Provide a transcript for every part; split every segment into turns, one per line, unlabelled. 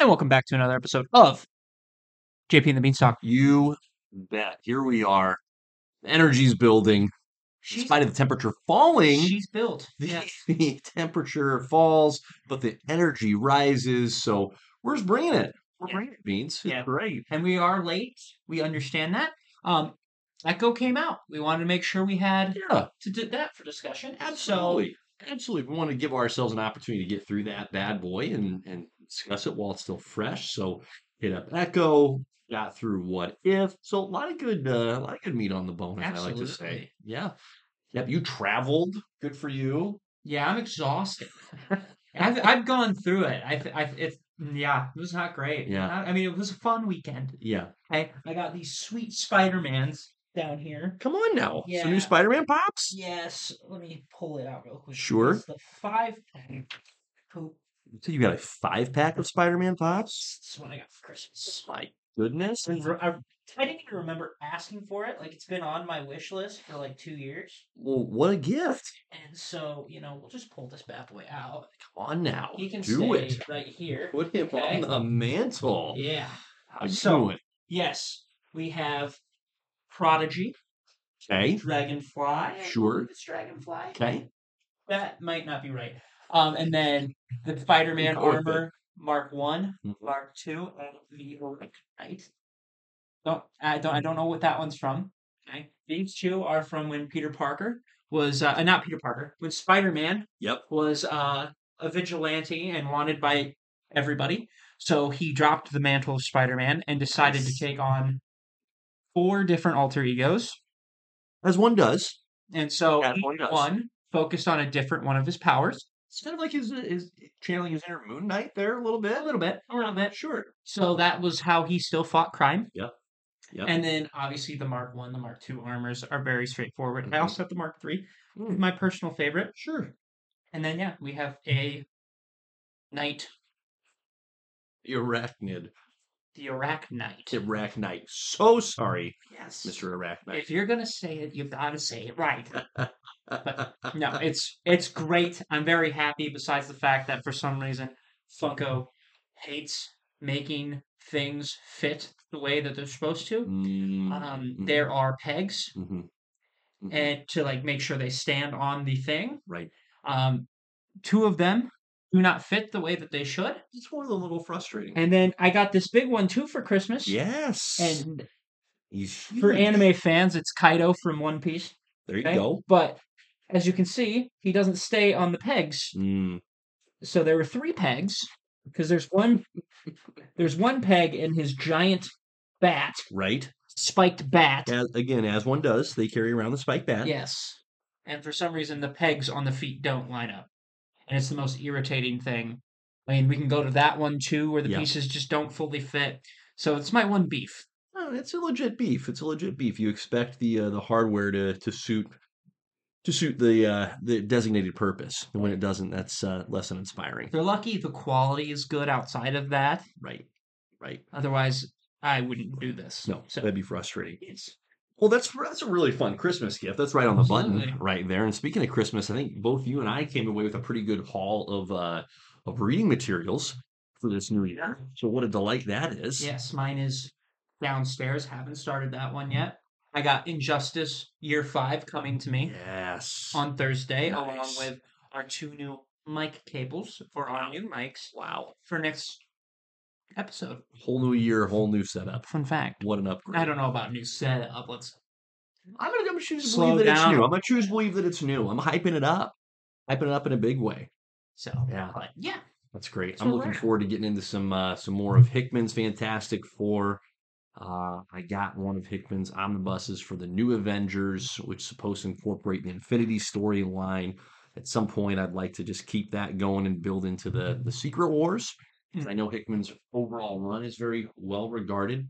And welcome back to another episode of JP and the Beanstalk.
You bet. Here we are. The energy's building. In spite of the temperature falling,
she's built.
the,
Yes.
the temperature falls, but the energy rises. So we're just bringing it. We're
Yeah.
bringing it, Beans.
Yeah.
Great.
And we are late. We understand that. Um, Echo came out. We wanted to make sure we had
Yeah,
to do that for discussion. And
absolutely. Absolutely. We want to give ourselves an opportunity to get through that bad boy and, and discuss it while it's still fresh. So hit up Echo. Got through what if. So a lot of good, uh, a lot of good meat on the bone, as I like to say.
Absolutely.
Yeah. Yep. You traveled. Good for you.
So yeah, I'm exhausted. I've I've gone through it. I I it's yeah, it was not great.
Yeah.
Not- I mean it was a fun weekend.
Yeah.
I I got these sweet Spider Mans down here.
Come on now. Some
Yeah.
new Spider Man pops?
Yes, let me pull it out real quick.
Sure.
It's the five. Oh,
So you got a five pack of Spider Man pops?
this is what I got for Christmas.
My goodness.
I, I- I didn't even remember asking for it. Like it's been on my wish list for like two years,
Well, what a gift.
and so you know we'll just pull this bad boy out.
Come on now.
He can
Do
stay
it.
right here.
Put him
Okay.
on the mantle.
Yeah.
How you
So-
doing?
Yes, we have Prodigy,
Okay.
Dragonfly. I
Sure.
believe It's Dragonfly.
Okay.
That might not be right. Um, and then the Spider-Man
Go with it.
armor, Mark One,
Mhm.
Mark Two, and the Oric Knight. Don't I don't I don't know what that one's from. Okay, these two are from when Peter Parker was uh, not Peter Parker when Spider-Man
Yep.
was uh, a vigilante and wanted by everybody. So he dropped the mantle of Spider Man and decided to
Yes.
take on four different alter egos.
As one does.
And so
As
each
one does.
one focused on a different one of his powers.
It's kind of like his, his channeling his inner Moon Knight there a little bit.
A little bit, around that.
Sure.
So that was how he still fought crime.
Yep.
And then obviously the Mark One, the Mark Two armors are very straightforward. I
Mhm.
also have the Mark Three,
Mm.
my personal favorite.
sure.
And then yeah, we have a knight,
The Arachnid.
the Arachnite.
Arachnite. So sorry,
Yes.
Mr. Arachnite.
If you're gonna say it, you've got to say it right. No, it's it's great. I'm very happy. Besides the fact that for some reason Funko hates making things fit the way that they're supposed to. Um,
Mm,
there are pegs
mhm, mhm.
and to like make sure they stand on the thing.
Right.
Um, two of them do not fit the way that they should.
It's one of the little frustrating.
And then I got this big one too for Christmas.
Yes.
And
He's
for
huge.
anime fans, it's Kaido from One Piece.
There you
Okay?
go.
But as you can see, he doesn't stay on the pegs.
Mm,
so there were three pegs because there's one there's one peg in his giant bat
right.
spiked bat
As, again, as one does, they carry around the spike bat.
yes and for some reason the pegs on the feet don't line up and it's the most irritating thing i mean we can go to that one too where the
Yeah.
pieces just don't fully fit so it's my one beef
No, Oh, it's a legit beef. It's a legit beef. You expect the uh, the hardware to to suit to suit the uh, the designated purpose. And when it doesn't, that's uh, less than inspiring.
if they're lucky the quality is good outside of that
Right. Right.
otherwise i wouldn't do this
No,
so
that'd be frustrating.
it's
Well, that's that's a really fun Christmas gift. That's right on the button
Absolutely.
right there. And speaking of Christmas, I think both you and I came away with a pretty good haul of uh, of reading materials for this new year. So what a delight that is.
Yes, mine is downstairs. Haven't started that one
Mm-hmm.
yet. I got Injustice Year 5 coming to me
Yes.
on Thursday, along
Nice.
with our two new mic cables for our new mics
wow.
for next episode.
Whole new year, whole new setup.
Fun fact.
What an upgrade.
I don't know about new setup. Let's
I'm gonna, I'm gonna choose to
Slow
believe that
down.
it's new. I'm gonna choose to believe that it's new. I'm hyping it up. Hyping it up in a big way.
so
Yeah.
but yeah.
That's great.
That's
I'm
what
looking
we're-
forward to getting into some uh, some more of Hickman's Fantastic Four. Uh, I got one of Hickman's omnibuses for the New Avengers, which is supposed to incorporate the Infinity storyline. At some point, I'd like to just keep that going and build into the the Secret Wars. 'cause I know Hickman's overall run is very well regarded.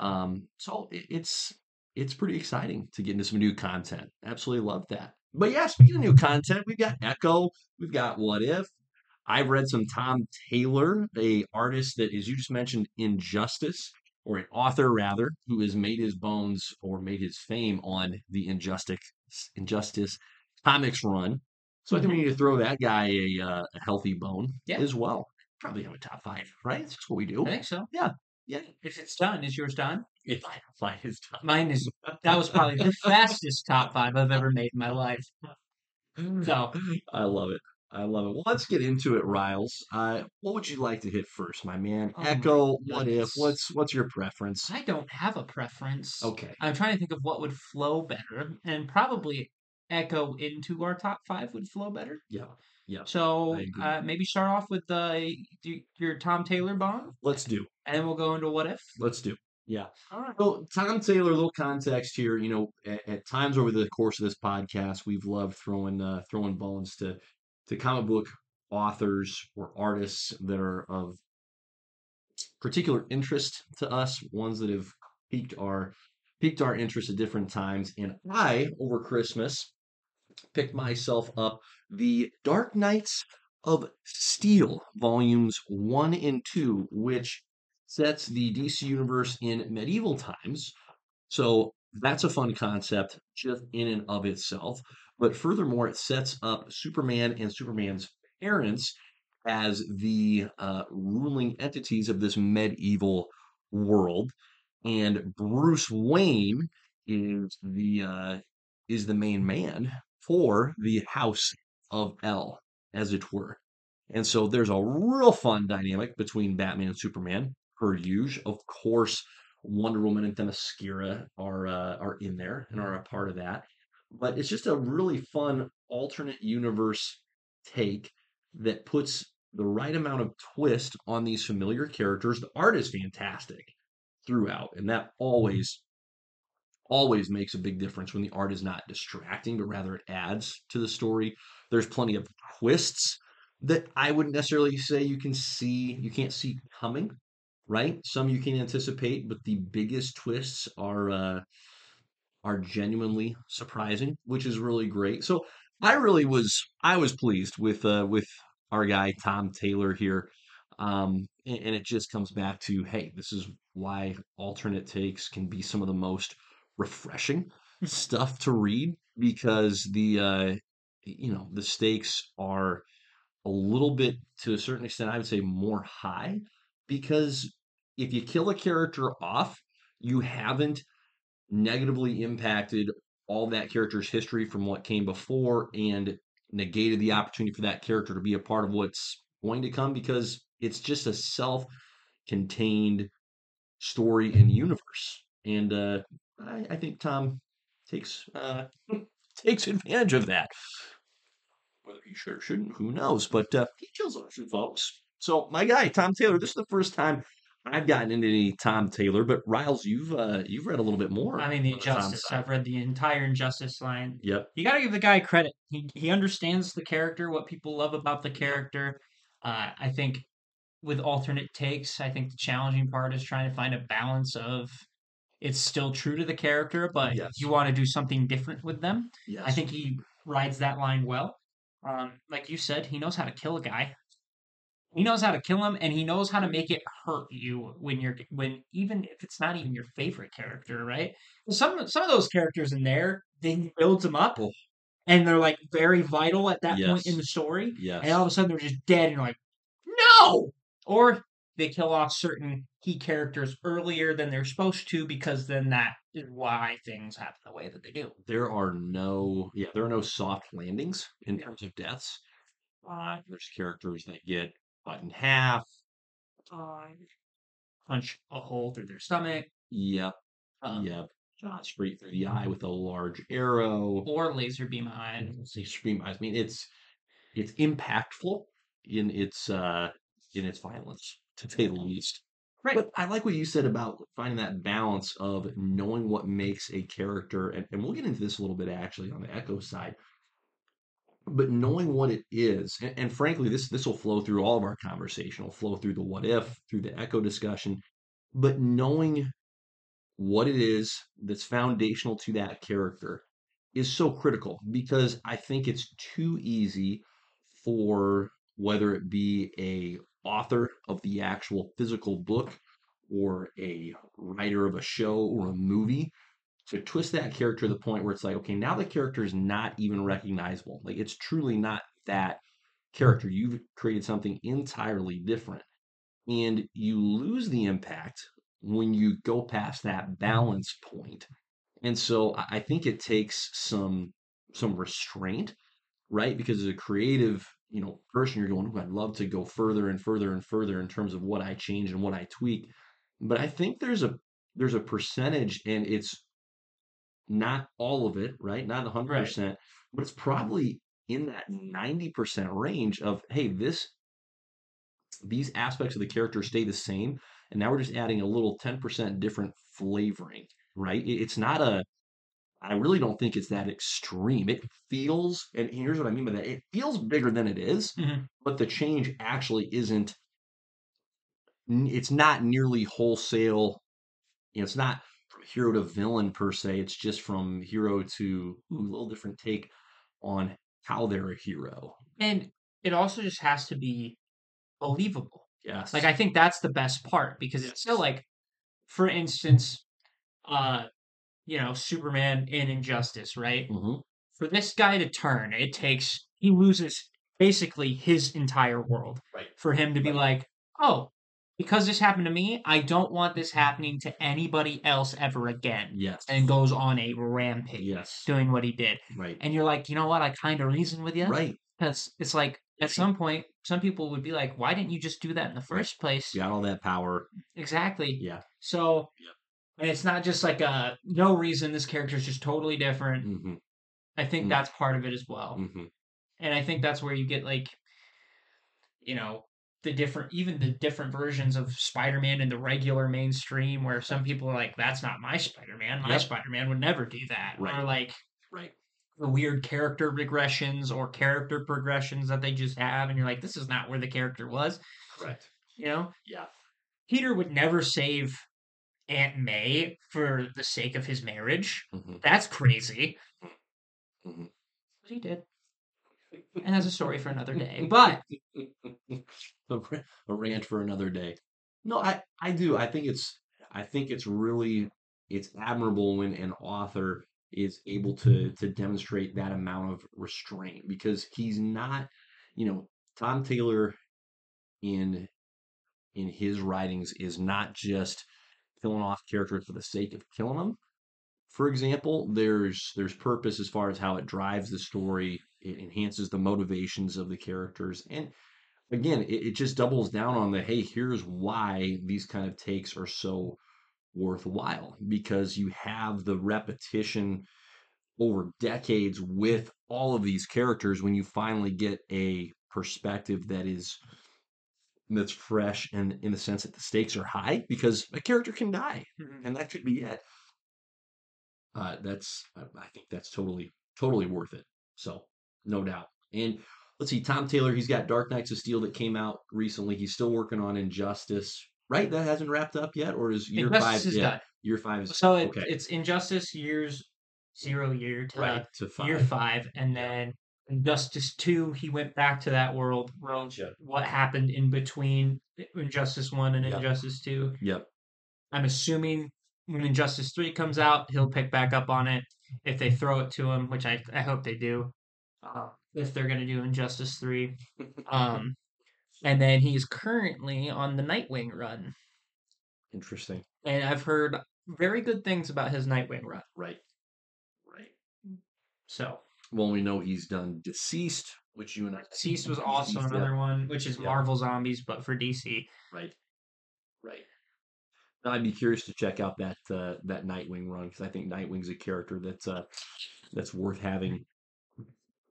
Um, so it, it's it's pretty exciting to get into some new content. Absolutely love that. But yeah, speaking of new content, we've got Echo, we've got What If, I've read some Tom Taylor, a artist that, as you just mentioned, Injustice, or an author rather, who has made his bones or made his fame on the Injustice Injustice comics run. So I think we need to throw that guy a, uh, a healthy bone
Mm-hmm. Yeah.
as well. probably have a top five, right? That's what we do.
I think so.
Yeah.
If it's done, is yours done?
If I don't find his top
Mine is. That was probably the fastest top five I've ever made in my life. So
I love it. I love it. Well, let's get into it, Riles. Uh, what would you like to hit first, my man?
Oh my
Echo. what if?
goodness.
What's what's your preference?
I don't have a preference.
Okay.
I'm trying to think of what would flow better, and probably echo into our top five would flow better.
Yeah. Yeah.
So
I agree.
uh, maybe start off with the y- your Tom Taylor bomb,
Let's do.
and then we'll go into what if.
Let's do.
All right.
So, Tom Taylor, a little context here. You know, at, at times over the course of this podcast, we've loved throwing uh, throwing bones to to comic book authors or artists that are of particular interest to us, ones that have piqued our piqued our interest at different times. And I, over Christmas, picked myself up the Dark Knights of Steel, volumes one and two, which sets the DC universe in medieval times. So that's a fun concept just in and of itself. But furthermore, it sets up Superman and Superman's parents as the uh, ruling entities of this medieval world, and Bruce Wayne is the uh, is the main man for the House of L, as it were. And so there's a real fun dynamic between Batman and Superman, per usual. Of course, Wonder Woman and Themyscira are uh, are in there and are a part of that. But it's just a really fun alternate universe take that puts the right amount of twist on these familiar characters. The art is fantastic throughout, and that always always makes a big difference when the art is not distracting, but rather it adds to the story. There's plenty of twists that I wouldn't necessarily say you can see you can't see coming, right? Some you can anticipate, but the biggest twists are uh are genuinely surprising, which is really great. So I really was I was pleased with uh with our guy Tom Taylor here. Um and, and it just comes back to hey, this is why alternate takes can be some of the most refreshing stuff to read because the uh you know the stakes are a little bit to a certain extent i would say more high because if you kill a character off you haven't negatively impacted all that character's history from what came before and negated the opportunity for that character to be a part of what's going to come because it's just a self-contained story and universe and uh I, I think Tom takes uh, takes advantage of that. Whether he should or shouldn't, who knows? But uh, he chose option, folks. So my guy Tom Taylor. This is the first time I've gotten into any Tom Taylor, but Riles, you've uh, you've read a little bit more.
I mean the
on Tom
injustice.
side.
I've read the entire injustice line.
Yep.
You gotta give the guy credit. He he understands the character, what people love about the character. Uh, I think with alternate takes, I think the challenging part is trying to find a balance of it's still true to the character, but
Yes.
you want to do something different with them.
Yes.
I think he rides that line well. Um, like you said, he knows how to kill a guy. He knows how to kill him, and he knows how to make it hurt you when you're when even if it's not even your favorite character, right? Some some of those characters in there, then he builds them up,
Oh.
and they're like very vital at that point
Yes.
in the story,
Yes.
and all of a sudden they're just dead, and you're like, no. Or they kill off certain key characters earlier than they're supposed to, because then that is why things happen the way that they do.
there are no yeah there are no soft landings in terms of deaths. Uh, there's characters that get cut in half.
punch a hole through their stomach.
Yep.
Um,
yep. Shot straight through the eye with a large arrow.
Or laser beam eye.
and say scream eyes. I mean, it's it's impactful in its uh in its violence, to say the least.
Right.
But I like what you said about finding that balance of knowing what makes a character, and, and we'll get into this a little bit actually on the echo side. But knowing what it is, and, and frankly, this this will flow through all of our conversation, will flow through the what if, through the echo discussion, but knowing what it is that's foundational to that character is so critical because I think it's too easy for whether it be a author of the actual physical book or a writer of a show or a movie to twist that character to the point where it's like okay now the character is not even recognizable like it's truly not that character. You've created something entirely different. And you lose the impact when you go past that balance point. And so I I think it takes some some restraint, right? Because as a creative, you know, person, you're going, "Ooh, I'd love to go further and further and further in terms of what I change and what I tweak. But I think there's a there's a percentage and it's not all of it, right? Not 100%, but it's probably in that 90% range of, hey, this these aspects of the character stay the same and now we're just adding a little 10% different flavoring, right? It- It's not a I really don't think it's that extreme. It feels and here's what I mean by that. It feels bigger than it is,
Mhm.
but the change actually isn't n- it's not nearly wholesale you know, it's not from hero to villain per se it's just from hero to ooh, a little different take on how they're a hero
And it also just has to be believable.
yes
Like I think that's the best part because it's still like, for instance, uh, you know, Superman in Injustice, right?
Mhm.
For this guy to turn, it takes he loses basically his entire world.
Right.
For him to be like, oh, because this happened to me, I don't want this happening to anybody else ever again.
yes
And goes on a rampage
yes
doing what he did.
right
And you're like, you know what? I kind of reason with you.
right
Because it's like, at
Right.
some point, some people would be like, why didn't you just do that in the first place?
you got all that power
Exactly.
yeah
So,
Yeah.
and it's not just like a no reason. This character is just totally different.
mm-hmm.
I think
Mm.
that's part of it as well,
Mm-hmm.
and I think that's where you get like, you know, the different, even the different versions of Spider-Man in the regular mainstream, where some people are like, "That's not my Spider-Man. My
Yep.
Spider-Man would never do that," or
Right.
like
right
the weird character regressions or character progressions that they just have, and you're like, "This is not where the character was,"
correct
you know.
yeah
Peter would never save Aunt May for the sake of his marriage.
mm-hmm.
That's crazy.
Mhm.
But he did.
Mm-hmm.
And that's a story for another day. But
a, ra- a rant for another day. No, I I do. I think it's I think it's really it's admirable when an author is able to to demonstrate that amount of restraint because he's not, you know, Tom Taylor in in his writings is not just killing off characters for the sake of killing them. For example, there's there's purpose as far as how it drives the story, it enhances the motivations of the characters, and again, it, it just doubles down on the hey, here's why these kind of takes are so worthwhile because you have the repetition over decades with all of these characters when you finally get a perspective that is that's fresh and in the sense that the stakes are high because a character can die and that could be it uh, that's I I think that's totally totally worth it. So no doubt. And let's see, Tom Taylor, he's got Dark Knights of Steel that came out recently. He's still working on Injustice, right? That hasn't wrapped up yet, or is year
Injustice
five?
is
yeah,
done.
year five is
So it,
okay.
it's Injustice years zero year to
right to five.
uh, year five. And
Yeah.
then Injustice two, he went back to that world. Well,
Gotcha.
what happened in between Injustice one and
Yep.
Injustice two?
Yep.
I'm assuming when Injustice 3 comes out, he'll pick back up on it if they throw it to him, which I, I hope they do. Uh, if they're going to do Injustice 3. Um, and then he's currently on the Nightwing run.
Interesting.
And I've heard very good things about his Nightwing run.
Right. Right.
So,
Well, we know he's done Deceased, which you and I
Cease was also
Deceased, yeah.
another one, which is
Yep.
Marvel Zombies, but for DC.
Right. Right. Now, I'd be curious to check out that uh, that Nightwing run because I think Nightwing's a character that's uh, that's worth having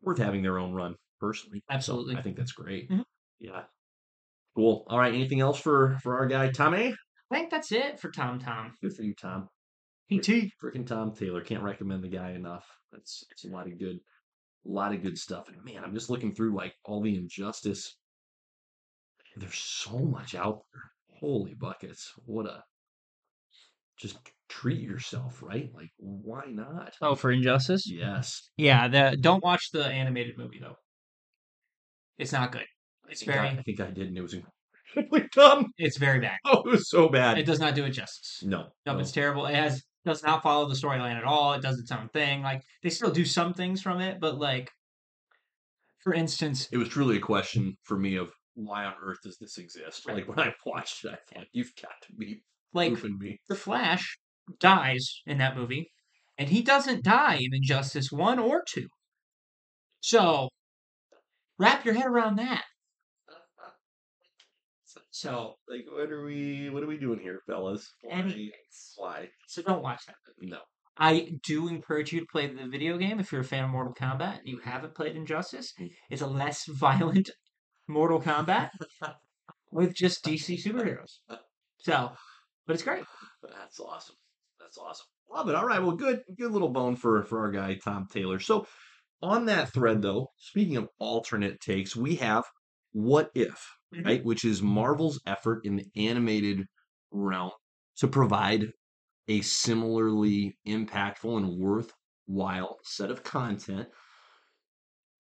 worth having their own run personally. So,
Absolutely.
I think that's great.
Mhm.
Yeah. Cool. All right. Anything else for for our guy Tommy?
I think that's it for Tom Tom.
Good for you, Tom.
PT.
Freaking Tom Taylor. Can't recommend the guy enough. That's, that's a lot of good, a lot of good stuff. And man, I'm just looking through like all the injustice. There's so much out there. Holy buckets. What a just treat yourself, right? Like, why not?
Oh, for Injustice?
Yes.
Yeah, the, don't watch the animated movie, though. It's not good. It's
I think I,
very-
I think I did, and it was incredibly dumb.
It's very bad.
Oh, it was so
It
bad.
does not do it justice.
No.
No,
no.
it's terrible. It has does not follow the storyline at all. It does its own thing. Like they still do some things from it, but like for instance,
It was truly a question for me of why on earth does this exist?
Right.
Like when I watched it, I thought you've got to be
like
goofing me.
the Flash dies in that movie, and he doesn't die in Injustice 1 or 2. So, wrap your head around that. So,
Like what are we? What are we doing here, fellas?
anyways.
Why?
So, don't watch that.
No.
I do encourage you to play the video game if you're a fan of Mortal Kombat and you haven't played Injustice. It's a less violent Mortal Kombat with just DC superheroes. So, but it's great.
That's awesome. That's awesome. Love it. All right. Well, good good little bone for for our guy Tom Taylor. So on that thread though, speaking of alternate takes, we have what if,
Mhm.
right? Which is Marvel's effort in the animated realm to provide a similarly impactful and worthwhile set of content.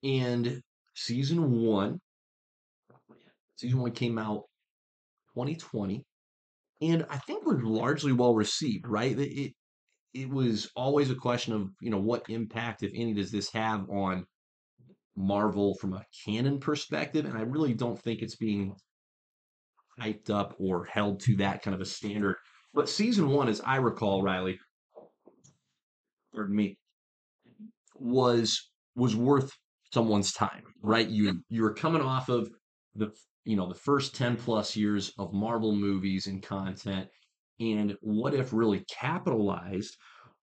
And season one, season one came out 2020 and I think was largely well received, right? It, it it was always a question of you know what impact, if any, does this have on Marvel from a canon perspective, and I really don't think it's being hyped up or held to that kind of a standard. But season one, as I recall, Riley, pardon me, was was worth someone's time, right? You you were coming off of the you know the first 10 plus years of marvel movies and content and what if really capitalized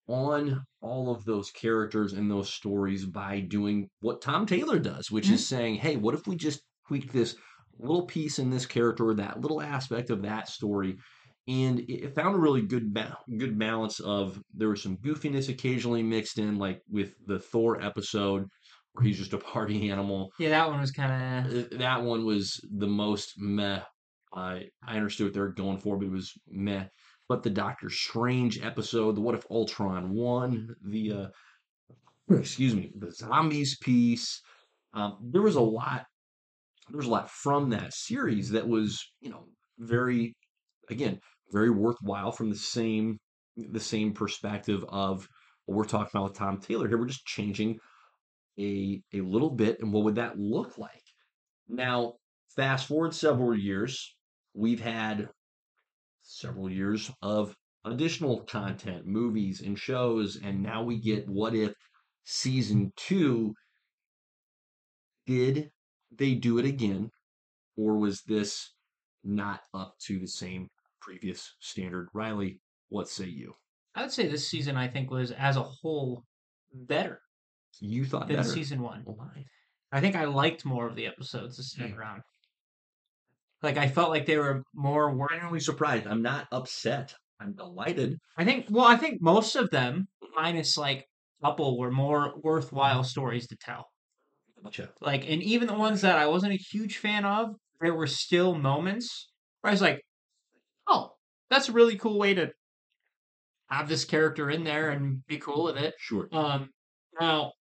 on all of those characters and those stories by doing what tom taylor does which is saying hey what if we just tweak this little piece in this character or that little aspect of that story and it it found a really good ba- good balance of there was some goofiness occasionally mixed in like with the thor episode where he's just a party animal
Yeah, that one was kind of.
uh, that one was the most meh. I I understood what they were going for, but it was meh. But the Doctor Strange episode, the What If Ultron one, the uh, excuse me, the zombies piece. Um, there was a lot. There was a lot from that series that was you know very, again, very worthwhile from the same the same perspective of what we're talking about with Tom Taylor here. We're just changing a a little bit, and what would that look like? Now, fast forward several years, we've had several years of additional content, movies and shows, and now we get What If Season 2. Did they do it again, or was this not up to the same previous standard? Riley, what say you?
I would say this season, I think, was as a whole better
You thought
than
better.
season one.
Well, mine.
I think I liked more of the episodes this time
Hmm.
around. Like I felt like they were more work.
I'm really surprised. I'm not upset. I'm delighted.
I think. Well, I think most of them, minus like a couple, were more worthwhile stories to tell.
Gotcha.
Like, and even the ones that I wasn't a huge fan of, there were still moments where I was like, "Oh, that's a really cool way to have this character in there and be cool with it."
Sure.
Um, now,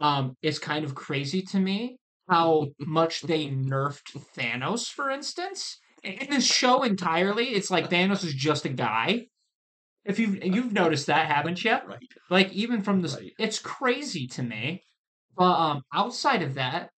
um, it's kind of crazy to me how much they nerfed Thanos, for instance, in this show entirely. It's like Thanos is just a guy. If you've you've noticed that, haven't you?
Right.
Like even from this,
Right.
it's crazy to me. But um, outside of that,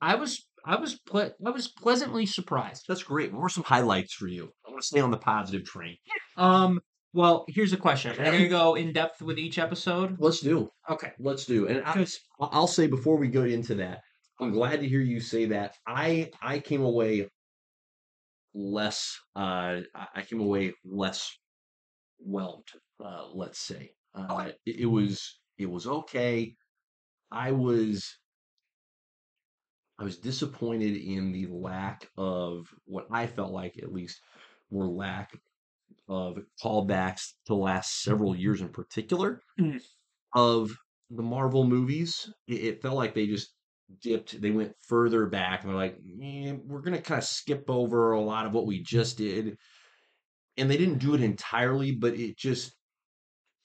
I was I was ple- I was pleasantly surprised.
That's great. What were some highlights for you? I want to stay on the positive train.
Um, well, here's a question. Are we gonna go in depth with each episode?
Let's do.
Okay,
Let's do. And I,
because
I- I'll say before we go into that, I'm glad to hear you say that. I I came away less. Uh, I I came away less whelmed. Uh, let's say uh,
Okay.
it, it was it was okay. I was I was disappointed in the lack of what I felt like at least were lack of callbacks to the last several years in particular
Mm.
of the Marvel movies. It, it felt like they just dipped, they went further back and they're like, "Eh, we're going to kind of skip over a lot of what we just did. And they didn't do it entirely, but it just,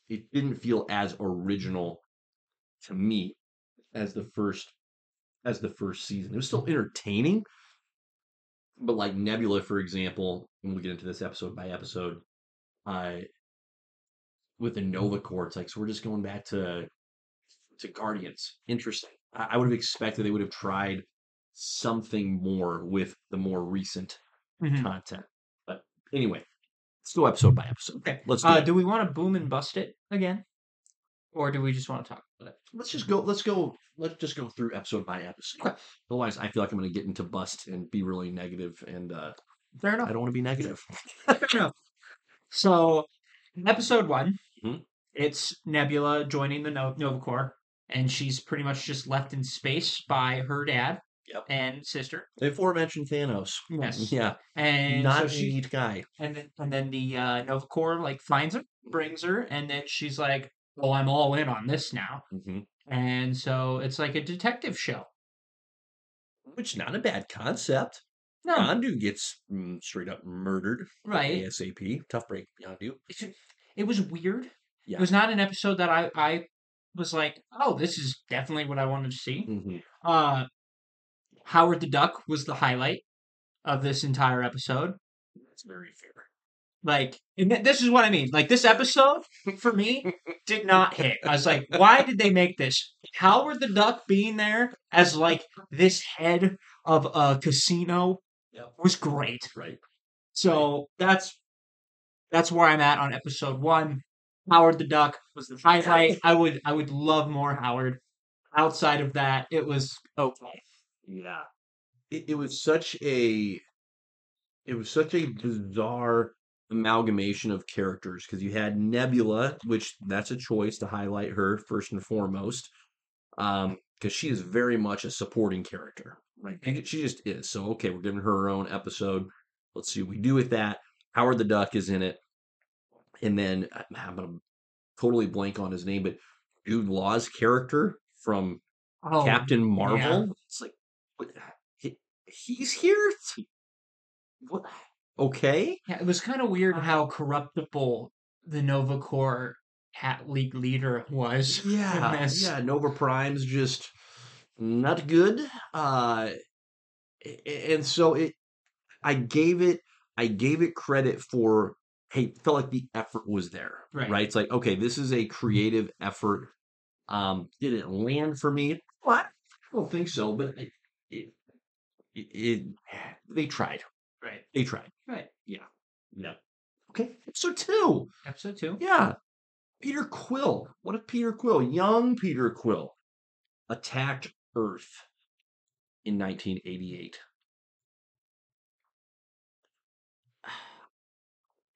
it didn't feel as original to me as the first as the first season. It was still entertaining, but like Nebula, for example, when we get into this episode by episode, I with the Nova Corps, it's like so we're just going back to to Guardians. Interesting. I, I would have expected they would have tried something more with the more recent
Mhm.
content. But anyway, let's go episode by episode.
Okay.
Let's do
Uh,
it.
do we want to boom and bust it again, or do we just want to talk about it?
Let's just go. Let's go. Let's just go through episode by episode.
Okay.
Otherwise, I feel like I'm going to get into bust and be really negative, and uh,
Fair
I
enough.
don't want to be negative.
Fair enough. So, episode one,
Mhm.
it's Nebula joining the no- Nova Corps, and she's pretty much just left in space by her dad
Yep.
and sister.
The aforementioned Thanos.
Yes,
Yeah,
and
not
so
a
she
sheet guy.
and then and then the uh, Nova Corps like finds her, brings her, and then she's like, "Well, I'm all in on this now,"
Mhm.
and so it's like a detective show.
Which not a bad concept.
No,
Yondu gets mm, straight up murdered
right?
ASAP. Tough break, Yondu.
It's- It was weird.
Yeah.
It was not an episode that I I was like, "Oh, this is definitely what I wanted to see."
Mhm.
Uh, Howard the Duck was the highlight of this entire episode.
That's very fair.
Like, and th- this is what I mean. Like, this episode for me did not hit. I was like, why did they make this? Howard the Duck being there as like this head of a casino
Yep.
was great.
Right.
So that's that's where I'm at on episode one. Howard the Duck was the highlight. I would I would love more Howard. Outside of that, it was okay.
Yeah. It, it was such a it was such a bizarre amalgamation of characters because you had Nebula, which that's a choice to highlight her first and foremost. Um, because she is very much a supporting character. Right. And she just is. So okay, we're giving her her own episode. Let's see what we do with that. Howard the Duck is in it. And then I- I'm gonna totally blank on his name, but Jude Law's character from
Oh,
Captain Marvel. It's like, what, he, he's here. It's- What? Okay.
Yeah, it was kind of weird how corruptible the Nova Corps Hat League leader was.
Yeah,
Goodness.
yeah. Nova Prime's just not good. Uh, a- a- and so it, I gave it, I gave it credit for. Hey, felt like the effort was there.
Right.
It's like okay, this is a creative effort. Um, did it land for me? What? I don't think so. But it, it, it, it they tried.
Right.
They tried.
Right.
No. Okay. Episode two.
Episode two.
Yeah. Peter Quill. What if Peter Quill, young Peter Quill, attacked Earth in 1988?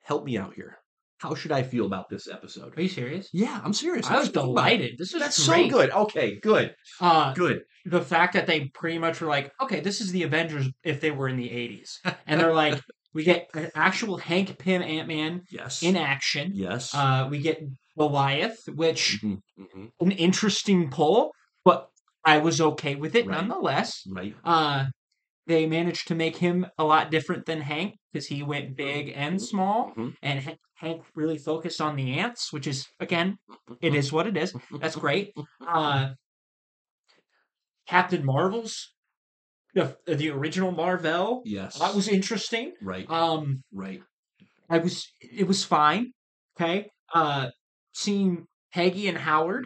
Help me out here. How should I feel about this episode?
Are you serious?
Yeah, I'm serious.
I was
That's-
delighted. This is
That's
great.
so good. Okay, good,
Uh,
good.
the fact that they pretty much were like, okay, this is the Avengers if they were in the '80s, and they're like, we get an actual Hank Pym Ant Man
Yes.
in action.
yes.
Uh, we get Goliath, which
Mhm, mhm.
an interesting pull, but I was okay with it
Right.
nonetheless.
Right.
Uh, they managed to make him a lot different than Hank because he went big and small,
Mhm,
and Han- Hank really focused on the ants, which is again, it is what it is. That's great. Uh, Captain Marvel's the the original Marvel
Yes.
that was interesting.
right.
Um,
right.
I was it was fine. Okay, uh, seeing Peggy and Howard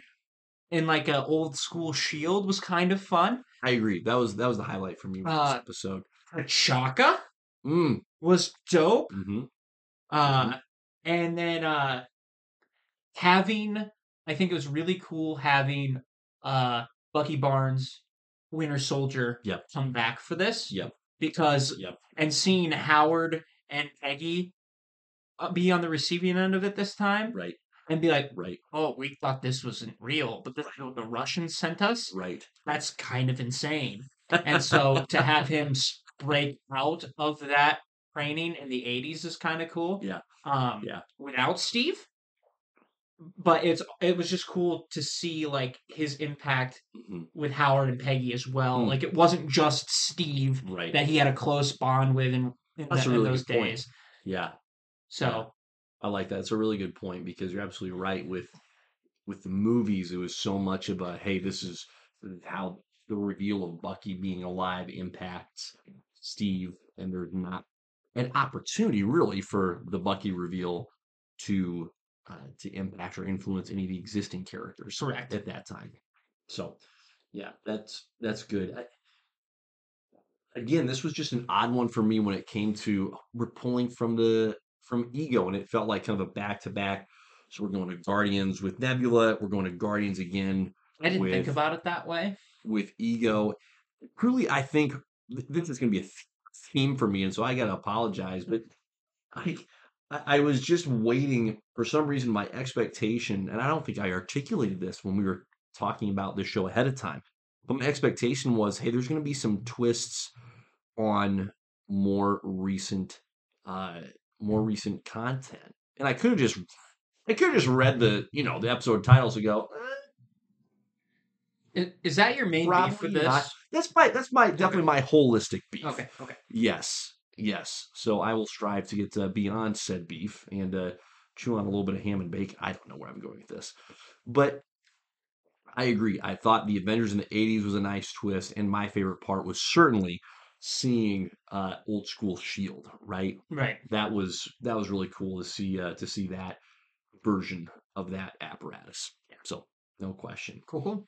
in like a old school shield was kind of fun.
I agree. That was that was the highlight for me with
Uh,
this episode.
Chaka
Mm.
was dope.
hmm
Uh, and then uh, having, I think it was really cool having uh, Bucky Barnes, Winter Soldier,
Yep.
come back for this.
Yep.
Because
Yep.
and seeing Howard and Peggy uh, be on the receiving end of it this time
Right.
and be like,
Right.
"Oh, we thought this wasn't real, but this is what the Russians sent us."
Right.
That's kind of insane. And so to have him break out of that training in the 80s is kind of cool.
Yeah.
Um,
Yeah.
Without Steve, but it's it was just cool to see like his impact
Mhm.
with Howard and Peggy as well.
Mm.
Like it wasn't just Steve
Right.
that he had a close bond with in, in,
That's
the-
a
in
really
those
good point.
days.
yeah,
So
I like that. It's a really good point because you're absolutely right with with the movies. It was so much of a hey, this is how the reveal of Bucky being alive impacts Steve, and there's not an opportunity really for the Bucky reveal to uh, to impact or influence any of the existing characters
correct.
at that time. So yeah, that's that's good. I, again, this was just an odd one for me when it came to we're pulling from the from ego, and it felt like kind of a back to back. So we're going to Guardians with Nebula. We're going to Guardians again
I didn't think
With-
about it that way.
with Ego. Truly, I think th- this is going to be a th- theme for me, and so I got to apologize. But I, I I was just waiting for some reason. My expectation, and I don't think I articulated this when we were talking about this show ahead of time. But my expectation was, hey, there's going to be some twists on more recent, uh, more recent content, and I could have just, I could have just read the, you know, the episode titles and go, "Eh,
Is, is that your main beef for
Probably
this?
not. That's my that's my definitely my holistic beef.
Okay, okay.
Yes. Yes. So I will strive to get uh, beyond said beef and uh, chew on a little bit of ham and bacon. I don't know where I'm going with this, but I agree. I thought the Avengers in the '80s was a nice twist, and my favorite part was certainly seeing uh, old school Shield. Right.
Right.
That was that was really cool to see uh, to see that version of that apparatus. So no question.
Cool.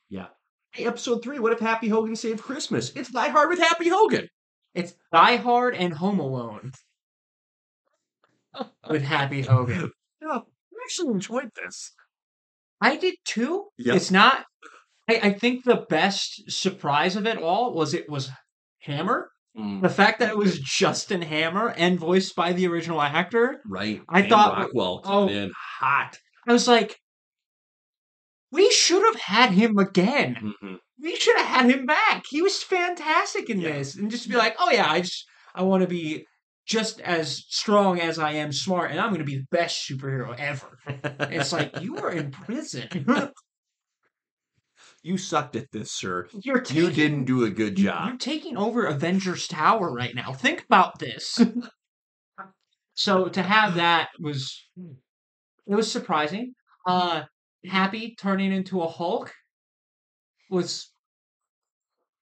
Hey, episode three. What if Happy Hogan saved Christmas? It's Die Hard with Happy Hogan.
It's Die Hard and Home Alone with Happy Hogan.
Yeah, I actually enjoyed this.
I did too.
Yep.
It's not. I, I think the best surprise of it all was it was Hammer.
Mm,
The fact that it was Justin Hammer and voiced by the original actor.
Right.
I
And
thought-
Rockwell
oh.
coming in hot.
I was like, we should have had him again.
Mhm.
we should have had him back. He was fantastic in
Yeah.
this, and just be like, oh yeah, I just I want to be just as strong as I am smart, and I'm going to be the best superhero ever.
Mm-hmm.
It's like you are in prison.
you sucked at this, sir.
You're taking,
You didn't do a good
you-
job.
You're taking over Avengers Tower right now. Think about this. so to have that was hmm, it was surprising. Uh Happy turning into a Hulk was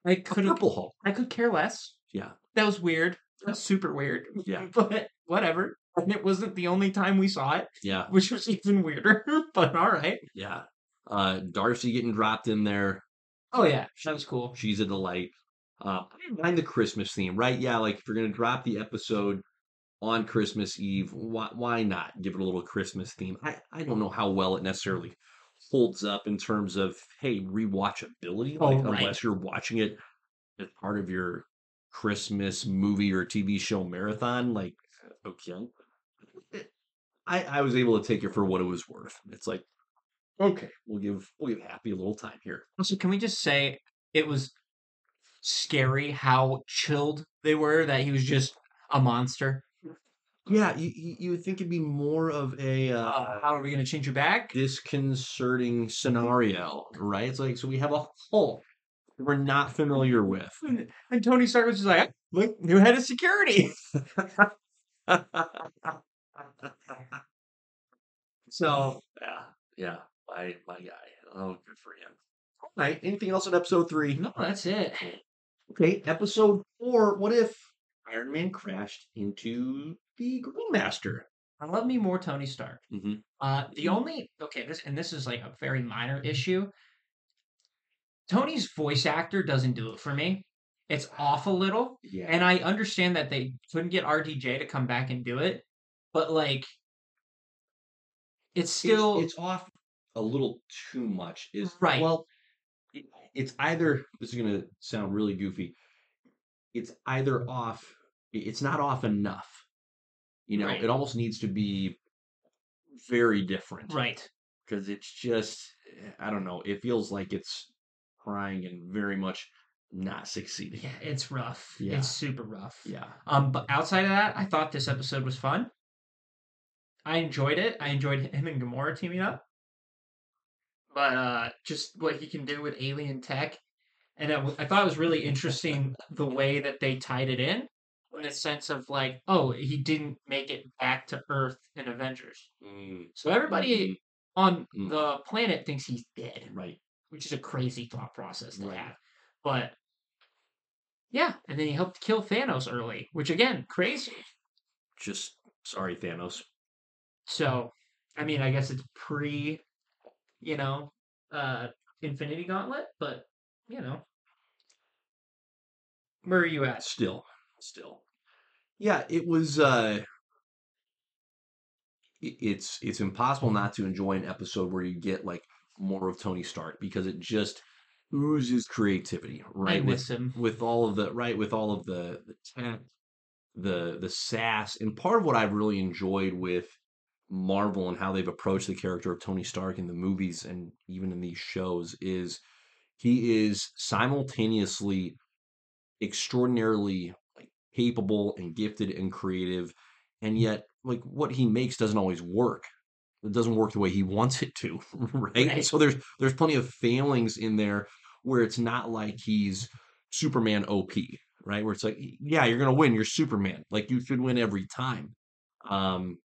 I could have
Purple Hulk.
I could care less.
Yeah. Mm,
That was weird. That was super weird.
Yeah.
But whatever. And it wasn't the only time we saw it,
Yeah.
which was even weirder. but all right.
Yeah. Uh, Darcy getting dropped in there.
Oh yeah, that was cool.
She's a delight. Uh, I didn't mind the Christmas theme, right? Yeah, like if you're gonna drop the episode on Christmas Eve, why why not give it a little Christmas theme? I, I don't know how well it necessarily holds up in terms of hey rewatchability,
Oh,
like
right.
unless you're watching it as part of your Christmas movie or TV show marathon, like okay. Eh, I, I was able to take it for what it was worth. It's like, okay, we'll give we'll give Happy a little time here.
Also, can we just say it was scary how chilled they were that he was just a monster.
Yeah, you, you you would think it'd be more of a
Uh,
uh,
how are we gonna change you
Oh.
back?
disconcerting scenario, right? It's like so we have a Hulk we're not familiar with.
And Tony Stark was just like, look, new head of security. So
yeah, yeah, my my guy. Oh, good for him. All right. Anything else in episode three?
no, that's it.
Okay, episode four. What if Iron Man crashed into the Green Master?
I love me more Tony Stark.
Mm-hmm.
Uh, the only okay, this and this is like a very minor issue. Tony's voice actor doesn't do it for me. It's off a little,
Yeah.
and I understand that they couldn't get RDJ to come back and do it, but like, it's
it's-
still
it's, off a little too much is
Right.
well it- it's either this is going to sound really goofy it's either off i- it's not off enough you know
Right.
it almost needs to be very different
right.
because it's just eh, i don't know it feels like it's trying and very much not succeeding
Yeah, it's rough.
Yeah.
It's super rough.
yeah
Um, but outside of that, I thought this episode was fun. I enjoyed it. I enjoyed him and Gamora teaming up. But uh, just what he can do with alien tech, and I, w- I thought it was really interesting the way that they tied it in, in a sense of like, oh, he didn't make it back to Earth in Avengers, so everybody on
Mm.
the planet thinks he's dead,
Mm-hmm. right
which is a crazy thought process to
Right.
have. But yeah, and then he helped kill Thanos early, which again, crazy.
just sorry thanos
So, I mean, I guess it's pre, you know, uh, Infinity Gauntlet, but you know, where are you at?
Still, still, yeah. It was. uh it- It's it's impossible not to enjoy an episode where you get like more of Tony Stark because it just oozes creativity,
I
right? With
miss him.
with all of the right with all of the the tact, the the sass, and part of what I've really enjoyed with Marvel and how they've approached the character of Tony Stark in the movies and even in these shows is he is simultaneously extraordinarily like capable and gifted and creative, and yet like what he makes doesn't always work. It doesn't work the way he wants it to, right?
Right.
So there's there's plenty of failings in there where it's not like he's Superman OP, right? Where it's like, yeah, you're gonna win. You're Superman. Like you should win every time. Um,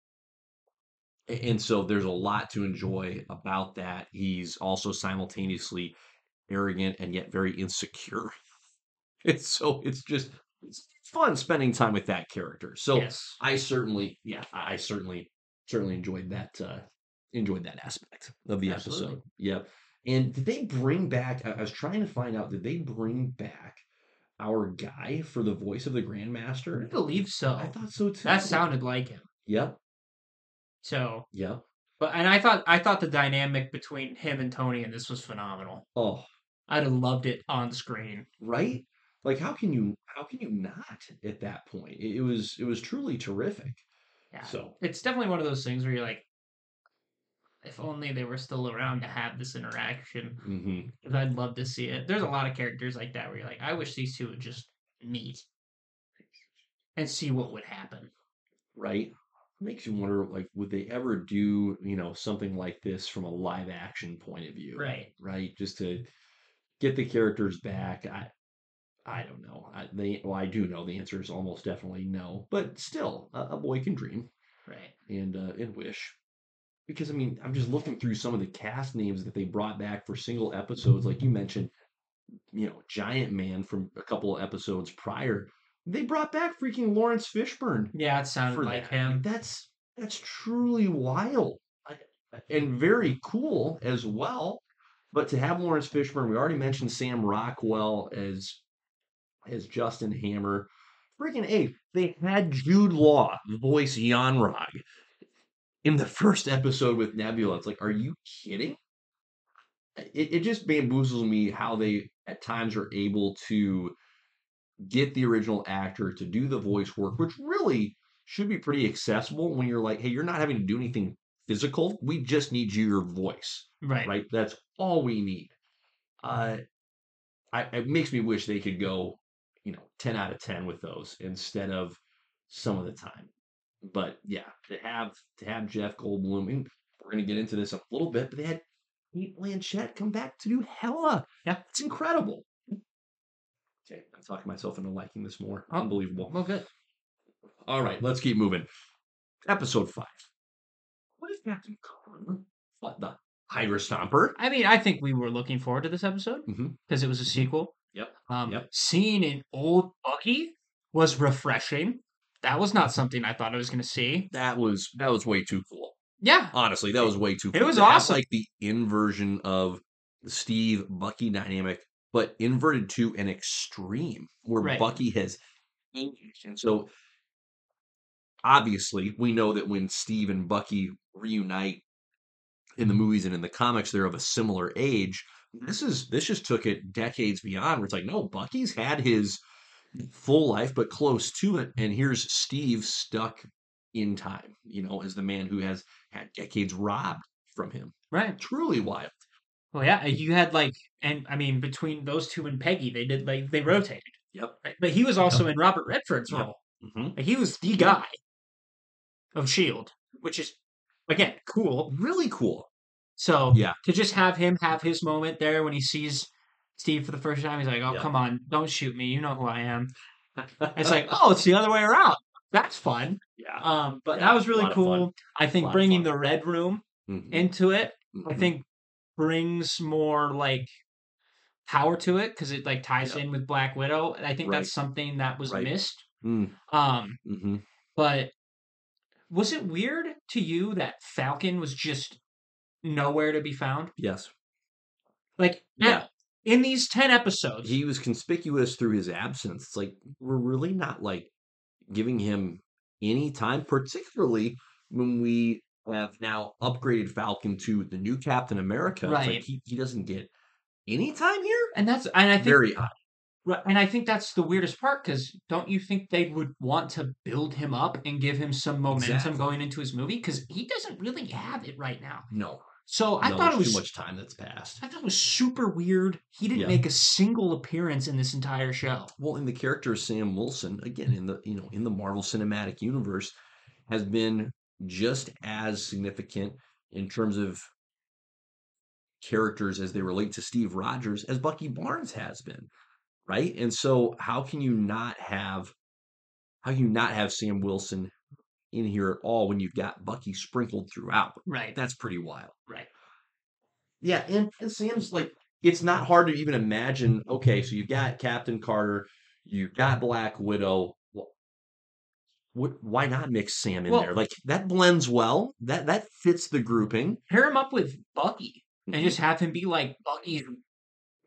a- and so there's a lot to enjoy about that. He's also simultaneously arrogant and yet very insecure. And so it's just it's fun spending time with that character. So
yes.
I certainly, yeah, I I certainly, certainly enjoyed that, uh, enjoyed that aspect of the
Absolutely.
episode. Yep. And did they bring back, I I was trying to find out, did they bring back our guy for the voice of the
I
Grandmaster?
believe so.
I thought so too.
that sounded like him.
Yep.
So,
Yep.
but and I thought I thought the dynamic between him and Tony and this was phenomenal.
Oh,
I'd have loved it on screen.
right. Like, how can you, how can you not at that point? It, it was, it was truly terrific.
Yeah.
So,
it's definitely one of those things where you're like, if only they were still around to have this interaction.
mhm.
'cause I'd love to see it. There's a lot of characters like that where you're like, I wish these two would just meet and see what would happen.
right? Makes you wonder, like, would they ever do, you know, something like this from a live action point of view?
Right.
right? Just to get the characters back. I I don't know. I, they well, I do know the answer is almost definitely no, but still, a, a boy can dream
Right.
and uh, and wish. Because I mean, I'm just looking through some of the cast names that they brought back for single episodes, like you mentioned. You know, Giant Man from a couple of episodes prior. They brought back freaking Lawrence Fishburne
Yeah, it sounded
for
like
that.
him.
That's that's truly wild I- and very cool as well. But to have Lawrence Fishburne, we already mentioned Sam Rockwell as as Justin Hammer. Freaking a! They had Jude Law voice Yanrog in the first episode with Nebula. It's like, are you kidding? It, it just bamboozles me how they at times are able to get the original actor to do the voice work, which really should be pretty accessible when you're like, hey, you're not having to do anything physical. We just need you, your voice,
Right.
right? That's all we need. Uh, I, it makes me wish they could go, you know, 10 out of 10 with those instead of some of the time. But yeah, to have to have Jeff Goldblum, and we're gonna get into this in a little bit, but they had Kate Blanchett come back to do Hella.
Yeah.
It's incredible. Okay, I'm talking myself into liking this more.
Oh.
Unbelievable.
Well, good.
All right, let's keep moving. Episode five. What is Captain Connor? What the Hydra Stomper?
I mean, I think we were looking forward to this episode
Mhm.
because it was a sequel.
Yep.
Um,
Yep.
Seeing an old Bucky was refreshing. That was not something I thought I was going to see.
That was that was way too cool.
Yeah.
Honestly, that was way too.
It
cool.
was
To have,
awesome.
Like the inversion of the Steve Bucky dynamic, but inverted to an extreme where
Right.
Bucky has aged, and so obviously we know that when Steve and Bucky reunite in the movies and in the comics, they're of a similar age.
Mm-hmm.
This is this just took it decades beyond. Where it's like, no, Bucky's had his full life, but close to it, and here's Steve stuck in time. You know, as the man who has had decades robbed from him.
Right.
Truly wild.
Well, yeah. You had like, and I mean, between those two and Peggy, they did like they rotated.
Yep.
Right? But he was also in Robert Redford's
Yep.
role. Like, he was the guy of Shield, E which is again cool.
Really cool.
So
Yeah.
to just have him have his moment there when he sees Steve for the first time, he's like, "Oh,
Yeah. Uh,
come on, don't shoot me. You know who I am." It's like, "Oh, it's the other way around. That's fun."
yeah.
Um, but
Yeah,
that was
lot
really
of fun.
cool. I
Lot
think
of
bringing
fun. Mm-hmm.
the Red Room into it I think brings more like power to it because it like ties
Yeah.
in with Black Widow. And I think
Right.
that's something that was
Right.
missed.
Mm-hmm.
Um, but was it weird to you that Falcon was just nowhere to be found?
Yes.
Like,
Yeah.
in these 10 episodes.
He was conspicuous through his absence. It's like we're really not like giving him any time, particularly when we have now upgraded Falcon to the new Captain America. It's like,
Right.
he, he doesn't get any time here.
and that's and I think
Very odd.
Right, and I think that's the weirdest part because don't you think they would want to build him up and give him some momentum
Exactly.
going into his movie? Because he doesn't really have it right now.
No,
So I
no,
thought it
there's
was
too much time that's passed.
I thought it was super weird. He didn't
Yeah.
make a single appearance in this entire show.
well and the character of sam wilson again in the you know in the marvel cinematic universe has been just as significant in terms of characters as they relate to steve rogers as bucky barnes has been right and so how can you not have how can you not have sam wilson in here at all when you've got bucky sprinkled throughout
Right.
that's pretty wild
Right.
yeah, and, and Sam's like, it's not hard to even imagine. Okay, so you've got Captain Carter, you've got Black Widow. wh- What? Why not mix Sam in
Well-
there? Like that blends well. That that fits the grouping.
Pair him up with Bucky
Mm-hmm.
and just have him be like Bucky's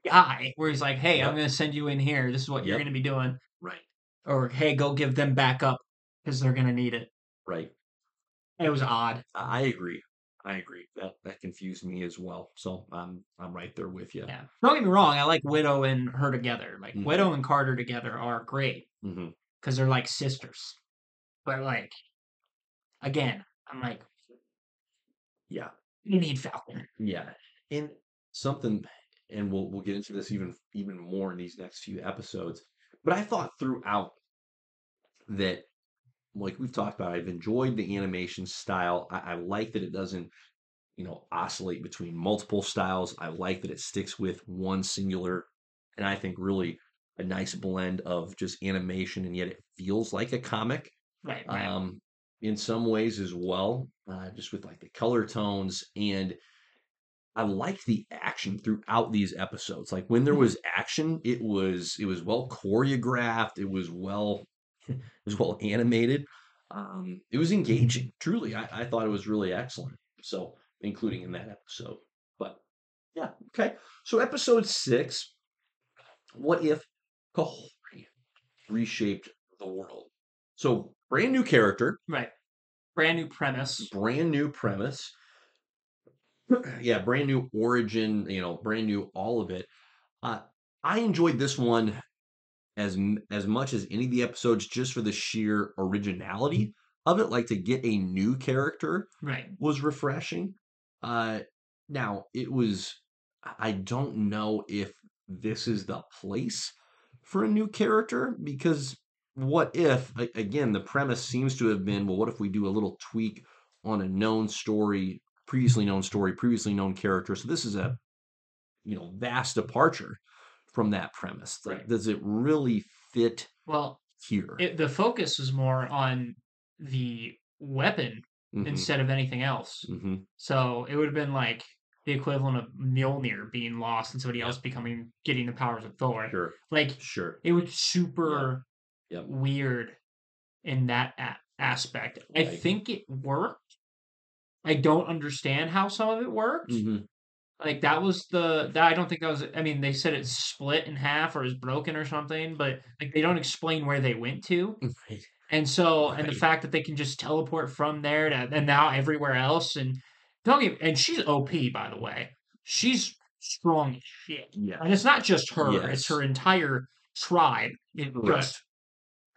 guy, where he's like, "Hey, I'm
Yep.
going to send you in here. This is what you're
Yep.
going to be doing,"
right,
or "Hey, go give them back up because they're going to need it."
right.
It was odd.
I I agree. I agree. That that confused me as well. So I'm I'm right there with you.
Yeah. Don't get me wrong. I like Widow and her together. Like
Mhm.
Widow and Carter together are great
hmm
because they're like sisters. But like, again, I'm like,
Yeah,
you need Falcon.
yeah. And something, and we'll we'll get into this even even more in these next few episodes. But I thought throughout that, like we've talked about, I've enjoyed the animation style. I, I like that it doesn't, you know, oscillate between multiple styles. I like that it sticks with one singular, and I think really a nice blend of just animation, and yet it feels like a comic
Right. Right.
um, in some ways as well, uh, just with like the color tones. And I liked the action throughout these episodes. Like when there
Mm-hmm.
was action, it was it was well choreographed. It was well it was well animated. Um, it was engaging. Truly, I, I thought it was really excellent. So, including in that episode. But yeah, okay. So episode six. What if Kahori reshaped the world? So brand new character,
right. Brand new premise.
brand new premise. yeah, brand new origin, you know, brand new all of it. Uh, I enjoyed this one as m- as much as any of the episodes just for the sheer originality of it like to get a new character
Right.
was refreshing. Uh, now it was. I- I don't know if this is the place for a new character because what if a- again the premise seems to have been well what if we do a little tweak on a known story previously known story previously known character so this is a you know vast departure from that premise Like,
Right.
does it really fit
Well,
here
it, the focus was more on the weapon
Mhm,
instead of anything else.
mhm,
So it would have been like the equivalent of Mjolnir being lost and somebody
Yep.
else becoming getting the powers of Thor.
sure
Like
sure
it was super
Yep.
weird in that a- aspect. I
Right.
think it worked. I don't understand how some of it worked.
Mhm,
Like that was the that I don't think that was. I mean, they said it's split in half or is broken or something, but like they don't explain where they went to.
right.
And so, and the
Right.
fact that they can just teleport from there to and now everywhere else, and don't get and she's OP by the way. She's strong as shit.
yeah
And it's not just her,
Yes.
it's her entire tribe. It just,
Correct.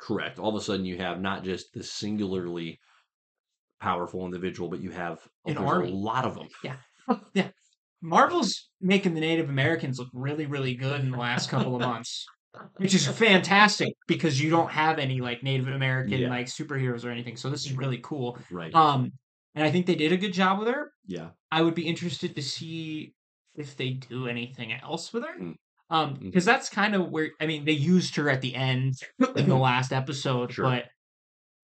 Correct. All of a sudden, you have not just this singularly powerful individual, but you have
An
there's
army.
a lot of them.
yeah. Marvel's making the Native Americans look really, really good in the last couple of months, which is fantastic because you don't have any like Native American
Yeah. Mm-hmm.
like superheroes or anything. So this is really cool.
Right.
Um, and I think they did a good job with her.
yeah.
I would be interested to see if they do anything else with her.
Mm.
Um,
Mhm.
because that's kind of where I mean they used her at the end in the last episode,
Sure.
but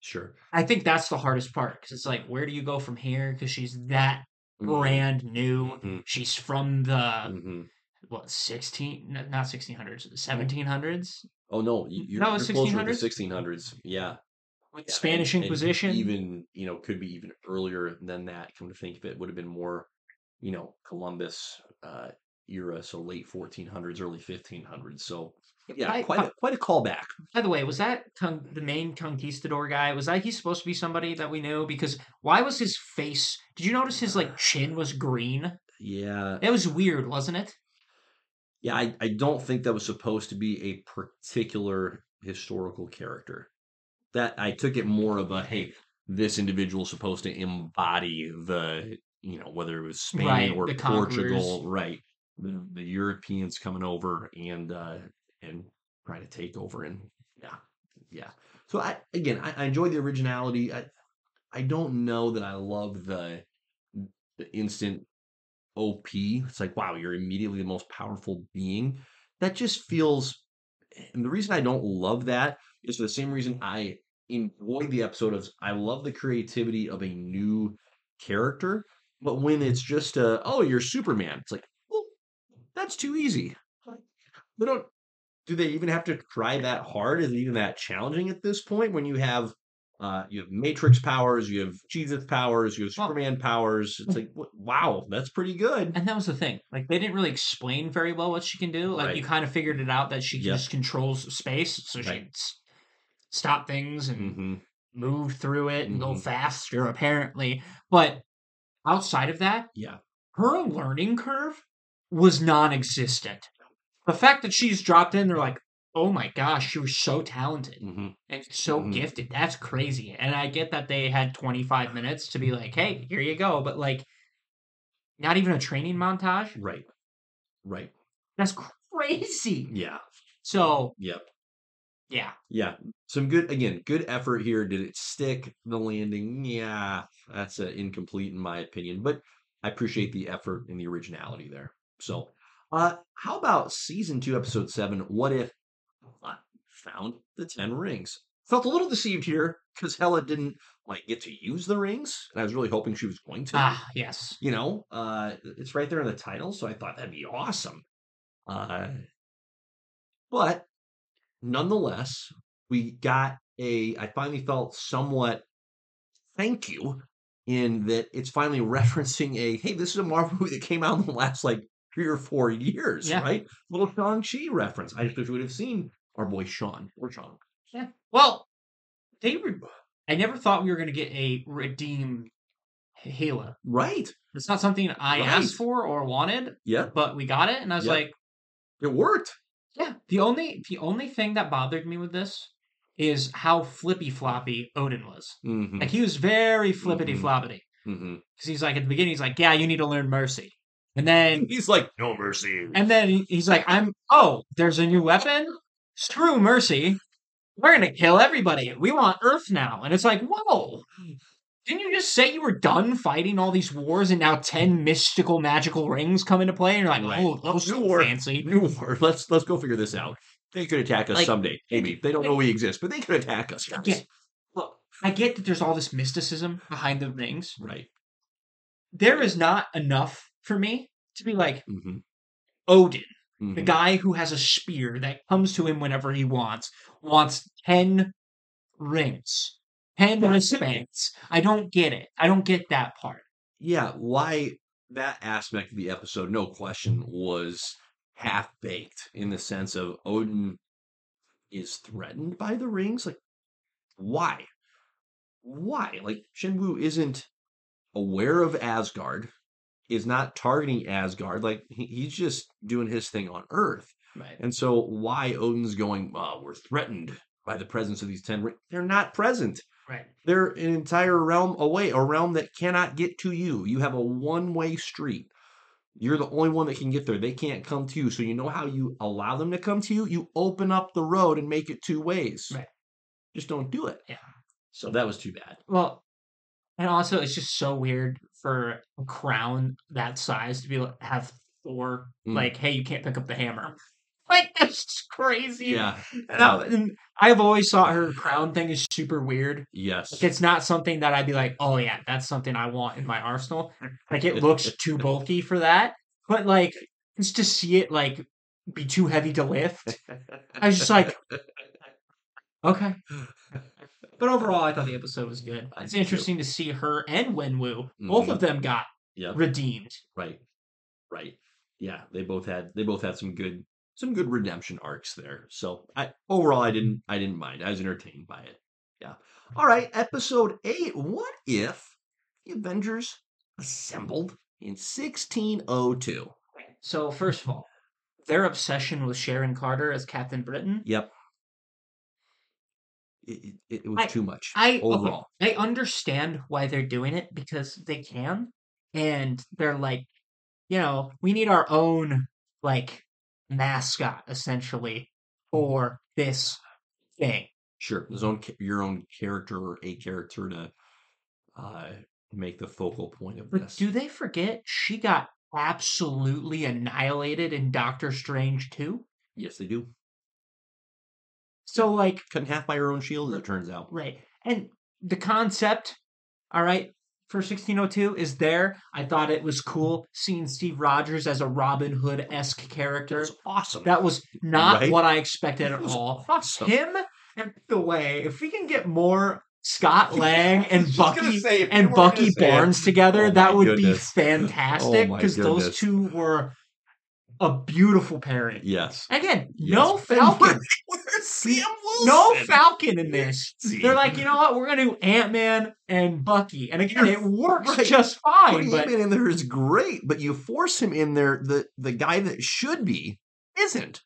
Sure.
I think that's the hardest part because it's like, where do you go from here? Because she's that
Mm.
brand new.
Mhm,
She's from the
mhm.
what sixteen? n- Not sixteen hundreds,
Mm.
seventeen hundreds
Oh no, you- you're,
No,
you're closer to the
1600s?
1600s. Yeah.
with
yeah.
Spanish
And- and
Inquisition.
even you know could be even earlier than that. Come to think of it, would have been more, you know, Columbus, uh, era, so late 1400s, early 1500s. So yeah,
I-
quite a, quite a callback.
By the way, was that con- the main conquistador guy? Was that he's supposed to be somebody that we knew? Because why was his face? Did you notice his like chin was green?
Yeah,
That was weird, wasn't it?
yeah. I, I don't think that was supposed to be a particular historical character. That I took it more of a hey, this individual supposed to embody the you know whether it was Spain
Right,
or
the
Portugal, right? The, the Europeans coming over and uh and trying to take over and yeah, yeah. So I again I, I enjoy the originality. I I don't know that I love the the instant OP. It's like, wow, you're immediately the most powerful being. That just feels, and the reason I don't love that is for the same reason I enjoyed the episode of I love the creativity of a new character, but when it's just a oh you're Superman, it's like well that's too easy. They don't do they even have to try that hard? Is it even that challenging at this point when you have uh, you have Matrix powers, you have Jesus powers, you have
Well-
Superman powers. It's like wh- wow, that's pretty good.
And that was the thing. Like they didn't really explain very well what she can do. Like you
Right.
kind of figured it out that she
Yep.
just controls space, so she
Right.
can s- stop things and
Mm-hmm.
move through it and go
Mhm.
faster, apparently. But outside of that,
Yeah.
her learning curve was non-existent. The fact that she's dropped in, they're like, "Oh my gosh, she was so talented."
Mm-hmm.
and so
Mhm.
gifted. That's crazy. And I get that they had 25 minutes to be like, hey, here you go. But like, not even a training montage.
Right. Right.
That's crazy.
Yeah.
So,
Yep.
yeah.
Yeah. Some good again, good effort here. Did it stick the landing? Yeah. That's uh incomplete in my opinion, but I appreciate the effort and the originality there. So, uh how about season 2 episode 7, what if I found the 10 rings? Felt a little deceived here cuz Hella didn't like get to use the rings, and I was really hoping she was going to.
Ah, yes.
you know uh it's right there in the title so i thought that'd be awesome uh but nonetheless we got a i finally felt somewhat thank you in that it's finally referencing a hey this is a marvel movie that came out in the last like three or four years
Yeah.
right little shang chi reference i just wish we would have seen our boy sean or sean
Well, they were. I never thought we were going to get a redeemed Hela.
right
It's not something I
Right.
asked for or wanted,
yeah
but we got it. And I was
Yep.
like,
it worked
yeah. The only the only thing that bothered me with this is how flippy floppy Odin was.
mm-hmm.
Like he was very flippity
Mhm.
floppity.
Mm-hmm.
because he's like at the beginning he's like yeah you need to learn mercy and then
he's like no mercy
and then he- he's like i'm oh there's a new weapon screw mercy we're gonna kill everybody we want earth now and it's like whoa didn't you just say you were done fighting all these wars and now 10 mystical magical rings come into play and you're like
Right.
oh those
New
are
war.
fancy
New war. Let's let's go figure this out. They could attack us
Like-
someday. Maybe they don't know we exist, but they could attack us. guys.
Yeah. look i get that there's all this mysticism behind the rings
Right.
there is not enough for me to be like
Mhm.
odin the
Mhm.
guy who has a spear that comes to him whenever he wants wants 10 rings 10 wristbands i don't get it i don't get that part
Yeah. Why that aspect of the episode? No question was half baked in the sense of Odin is threatened by the rings. Like why? Why? Like Shenwu isn't aware of Asgard. Is not targeting Asgard. Like he, he's just doing his thing on Earth.
right
And so, why Odin's going, uh, we're threatened by the presence of these 10 ri-" They're not present.
right
They're an entire realm away, a realm that cannot get to you. You have a one way street. You're the only one that can get there. They can't come to you. So, you know how you allow them to come to you? You open up the road and make it two ways.
Right.
Just don't do it.
Yeah.
So, that was too bad.
well and also it's just so weird for a crown that size to be like- have thor
Mm.
like hey you can't pick up the hammer like that's just crazy
Yeah.
no, and i've always thought her crown thing is super weird
Yes.
Like, it's not something that I'd be like, oh yeah, that's something I want in my arsenal. Like it looks too bulky for that. But like just to see it like be too heavy to lift, I was just like, okay. But overall, I thought the episode was good. It's
I did too. Mm-hmm.
interesting to see her and Wenwu, both of them got
Yep.
redeemed.
Right. Right. yeah, they both had they both had some good some good redemption arcs there. So I overall I didn't I didn't mind. I was entertained by it. Yeah. All right, episode eight. What if the Avengers assembled in 1602?
So first of all, their obsession with Sharon Carter as Captain Britain.
Yep. It, it, it was
I-
too much.
I
overall.
okay, I understand why they're doing it because they can, and they're like, you know, we need our own like mascot essentially for this thing.
Sure, his own ca- your own character or a character to uh, make the focal point of
But
this.
do they forget she got absolutely annihilated in Doctor Strange too?
yes, they do.
So like,
Cut in half by your own shield, as it turns out.
right, and the concept, all right. For 1602 is there. I thought it was cool seeing Steve Rogers as a Robin Hood esque character.
That's awesome.
That was not
Right?
what I expected at
That was
all.
awesome.
Him and the way, if we can get more Scott Lang and
Just gonna
Bucky
say, if you
and
were gonna
Bucky
say it-
Barnes together,
Oh
that
my
would
goodness.
be fantastic
Oh my
because those
goodness.
two were a beautiful pairing.
Yes.
Again,
Yes.
no
And
Falcon,
where's- where's Sam Wilson?
no Falcon in this.
See?
They're like, you know what? We're gonna do Ant Man and Bucky, and again,
You're
it works
right.
just
putting
fine. But
him in there is great, but you force him in there. The the guy that should be isn't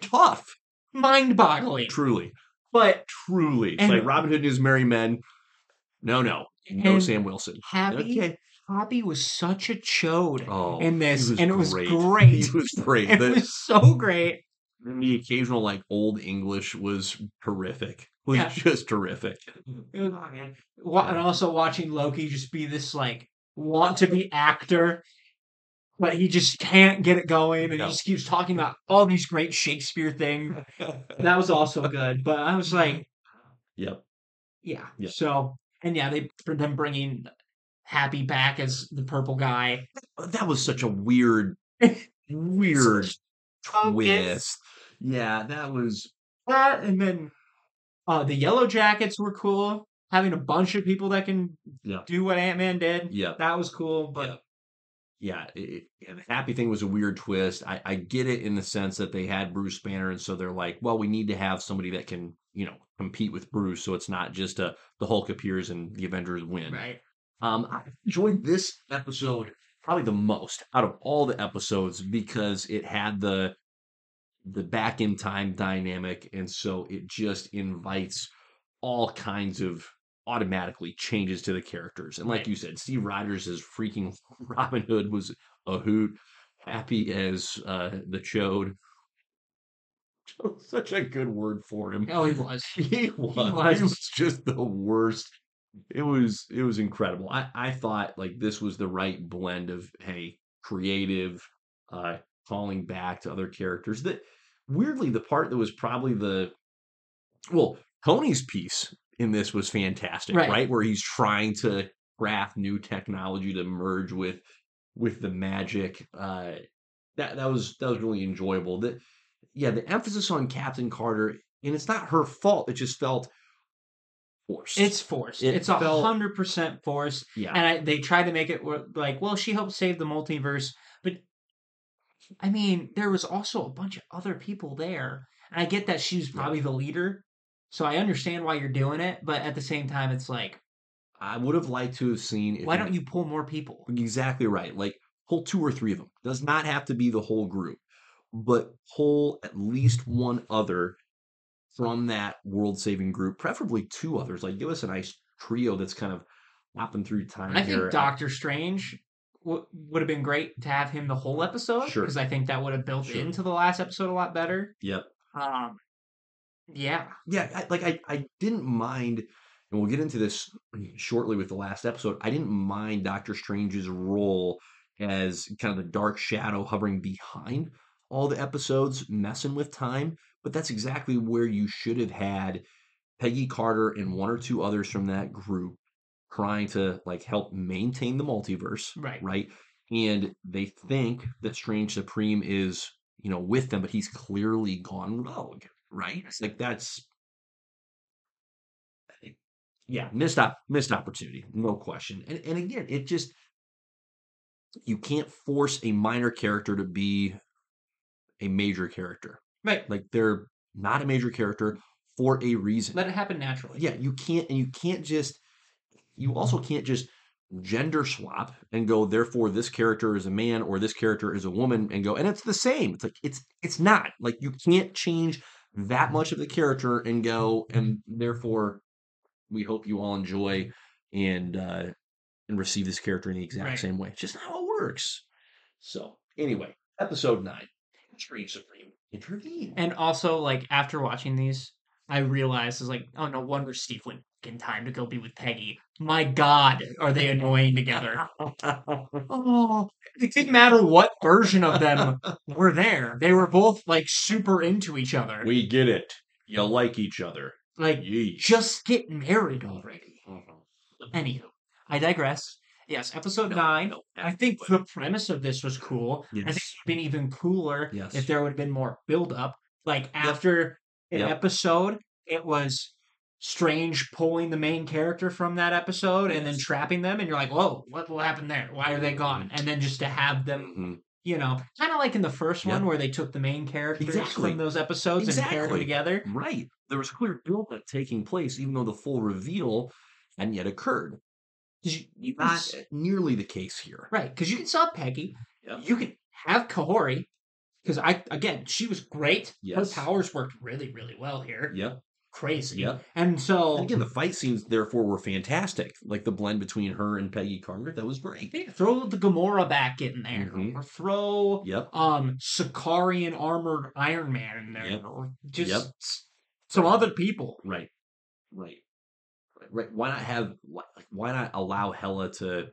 tough.
mind-boggling.
Truly,
But
truly, it's
And-
like Robin Hood News Merry Men. No, no, no,
And
Sam Wilson.
Happy,
Okay.
Happy was such a chode.
Oh,
in
he
this,
was
and it was
great.
great.
He was great.
It
The-
was so great.
the occasional like old English was terrific. Was
Yeah.
just terrific.
It was, oh, man. Wa- And also watching Loki just be this like want to be actor, but he just can't get it going, and
No.
he just keeps talking about all these great Shakespeare things. That was also good, but I was like,
yep.
yeah.
Yeah.
So and yeah, they for them bringing Happy back as the purple guy.
Uh, That was such a weird weird
focus.
twist. Yeah, that was
That and then uh, the Yellow Jackets were cool. Having a bunch of people that can
Yeah.
do what Ant Man did.
yeah.
That was cool, but
Yeah. Yeah, it, it- yeah, the happy thing was a weird twist. I, I get it in the sense that they had Bruce Banner, and so they're like, well, we need to have somebody that can, you know, compete with Bruce, so it's not just a the Hulk appears and the Avengers win.
right.
Um, I enjoyed this episode probably the most out of all the episodes because it had the the back in time dynamic, and so it just invites all kinds of automatically changes to the characters. And like
Right.
you said, Steve Rogers as freaking Robin Hood was a hoot. Happy as uh, the chode. Such a good word for him.
Oh, he was.
He was.
was.
He was just the worst. It was it was incredible. I, I thought like this was the right blend of hey, creative, uh, calling back to other characters. That weirdly the part that was probably the well, Tony's piece in this was fantastic,
Right.
right? Where he's trying to craft new technology to merge with with the magic. Uh that that was that was really enjoyable. That yeah, the emphasis on Captain Carter, and it's not her fault. It just felt forced.
It's forced.
It
it's a
felt-
hundred percent forced,
yeah,
and I, they tried to make it wor- like, well, she helped save the multiverse, but I mean, there was also a bunch of other people there, and I get that she was
Yeah.
probably the leader, so I understand why you're doing it, but at the same time, it's like,
I would have liked to have seen. If
why don't you pull more people?
Exactly right. Like pull two or three of them. Does not have to be the whole group, but pull at least one other from that world saving group, preferably two others. Like give us a nice trio that's kind of hopping through time.
I think
here.
Doctor Strange w- would have been great to have him the whole episode
Sure.
because I think that would have built
Sure.
into the last episode a lot better.
Yep.
Um, yeah,
yeah I, like I, I didn't mind and we'll get into this shortly with the last episode i didn't mind doctor strange's role as kind of the dark shadow hovering behind all the episodes messing with time but that's exactly where you should have had peggy carter and one or two others from that group trying to like help maintain the multiverse
right.
right? And they think that Strange Supreme is, you know, with them, but he's clearly gone rogue, right? It's like that's yeah, missed op- missed opportunity, no question. And and again, it just you can't force a minor character to be a major character.
Right.
Like they're not a major character for a reason.
Let it happen naturally.
yeah, you can't and you can't just you also can't just gender swap and go therefore this character is a man or this character is a woman and go and it's the same. It's like it's it's not. Like you can't change that much of the character and go and therefore we hope you all enjoy and uh and receive this character in the exact
Right.
same way. It's just not how it works. So anyway, episode nine. Extreme Supreme intervene.
And also, like after watching these, I realized is like, oh no wonder Steve went in time to go be with Peggy. My God, are they annoying together? oh, it didn't matter what version of them were there. They were both like super into each other.
we get it. You like each other.
like,
Yeesh.
just get married already.
Mm-hmm.
Anywho, I digress. Yes, episode nine. I think the premise of this was cool. I think it
Yes.
would have been even cooler
Yes.
if there would have been more build up. Like after an
Yep.
episode, it was Strange pulling the main character from that episode and then
Yes.
trapping them, and you're like, "Whoa, what will happen there? Why are they gone?" And then just to have them,
Mhm.
you know, kind of like in the first
Yep.
one where they took the main characters
Exactly.
from those episodes and paired them
Exactly.
together.
Right. There was a clear buildup taking place, even though the full reveal hadn't yet occurred. Not
Yes.
nearly the case here.
Right, because you can sell Peggy.
Yep.
You can have Kahori, because I again she was great.
Yes.
Her powers worked really, really well here.
Yep.
Crazy.
Yep.
And
And
so
again, the fight scenes therefore were fantastic. Like the blend between her and Peggy Carter, that was great.
yeah, throw the Gamora back in there,
Mhm.
or throw
Yep.
um Sicarian armored Iron Man in there,
Yep.
or just
Yep.
s- some other people.
Right. Right. Right. Right. Why not have? Why, like, why not allow Hella to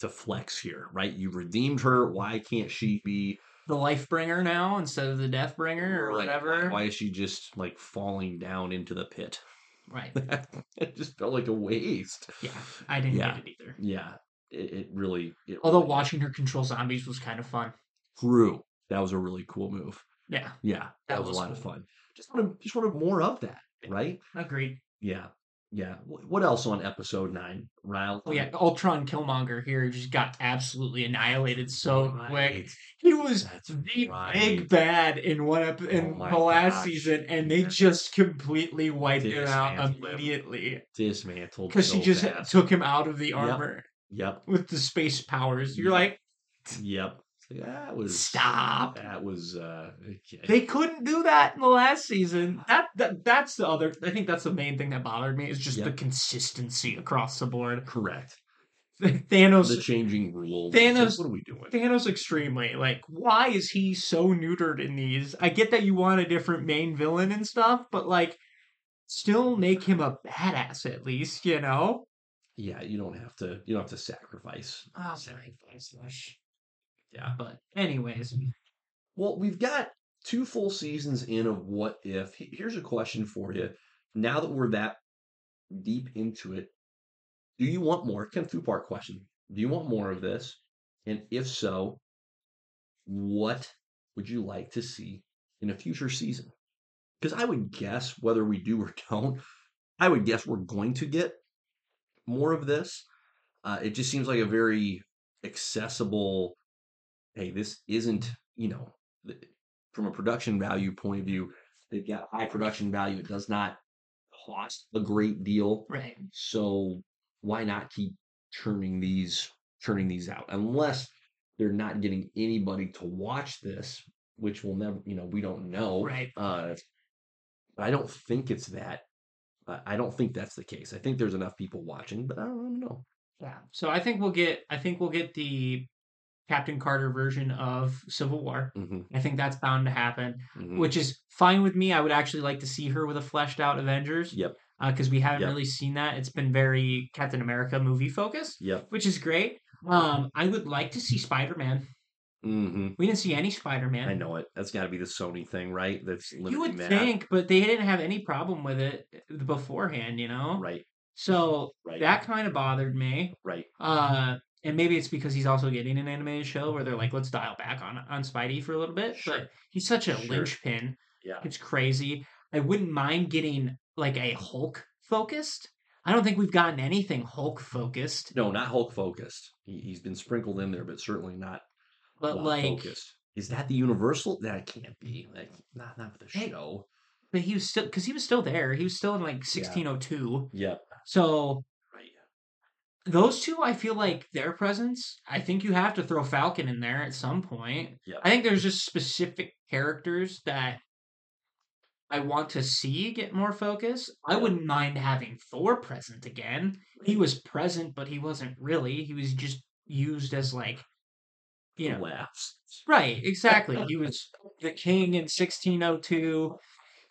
to flex here? Right. You redeemed her. Why can't she be
The Life Bringer now instead of the Death Bringer or
Right.
whatever.
Why is she just like falling down into the pit?
Right.
it just felt like a waste.
Yeah, I didn't
Yeah.
get it either.
Yeah, it, it really. It
Although
really
watching her control zombies was kind of fun.
through that was a really cool move.
Yeah,
Yeah, that,
That
was,
was
a lot of
cool.
fun. Just wanted, just wanted more of that,
Yeah.
right?
agreed.
Yeah, yeah. Wh- What else on episode nine, Ryle?
Oh yeah, Ultron Killmonger here just got absolutely annihilated so quick.
Right.
He was
Oh That's
the
right. Oh
big bad in one ep- in
my
the last
gosh.
season, and they
Yeah.
just completely wiped him out
Dismantled him.
immediately
dismantled
because he
so
just
fast.
took him out of the
Yep.
armor
Yep,
with the space powers. You're
Yep.
like,
yep. It's like, That was
stop.
That was uh, okay.
They couldn't do that in the last
Uh-huh.
season. That, that that's the other. I think that's the main thing that bothered me is just the
Yep.
consistency across the board.
correct.
Thanos
the changing rules.
Thanos-
What are we doing?
Thanos extremely. Like, why is he so neutered in these? I get that you want a different main villain and stuff, but like, still make him a badass at least, you know?
Yeah, you don't have to. You don't have to sacrifice.
Oh,
Yeah.
But anyways,
Well, we've got two full seasons in of What If. He- Here's a question for you. Now that we're that deep into it, do you want more? Kind of two part question. Do you want more of this? And if so, what would you like to see in a future season? Because I would guess whether we do or don't, I would guess we're going to get more of this. Uh, it just seems like a very accessible. Hey, this isn't you know th- from a production value point of view, they've got high production value. It does not cost a great deal,
right.
so why not keep churning these churning these out? Unless they're not getting anybody to watch this, which will never, you know, we don't know.
Right.
Uh, but I don't think it's that. I I don't think that's the case. I think there's enough people watching, but I don't know.
Yeah. So I think we'll get I think we'll get the Captain Carter version of Civil War.
Mhm,
I think that's bound to happen.
mhm.
which is fine with me. I would actually like to see her with a fleshed out Avengers.
Yep.
Because we haven't
Yep.
really seen that. It's been very Captain America movie focused,
Yep.
which is great. Um, I would like to see Spider Man.
hmm
We didn't see any Spider
I
Man.
know it. That's got to be the Sony thing, right? That's
You would
limiting that.
think, but they didn't have any problem with it beforehand, you know.
Right.
So
Right.
that kind of bothered me.
Right.
Uh, and maybe it's because he's also getting an animated show where they're like, let's dial back on on Spidey for a little bit.
Sure.
But he's such a
Sure.
linchpin.
Yeah.
It's crazy. I wouldn't mind getting like a Hulk focused. I don't think we've gotten anything Hulk focused,
No, not Hulk focused. He, he's been sprinkled in there, but certainly not
but
Hulk
like,
focused. Is that the Universal? That can't be. Like not not for the
Hey.
show.
but he was still because he was still there. He was still in like 1602.
Yep.
So
Right.
those two, I feel like their presence. I think you have to throw Falcon in there at some point.
Yep.
I think there's just specific characters that I want to see get more focus. I
Yeah.
wouldn't mind having Thor present again. He was present, but he wasn't really. He was just used as like, you know,
laughs.
Right, exactly. he was the king in 1602.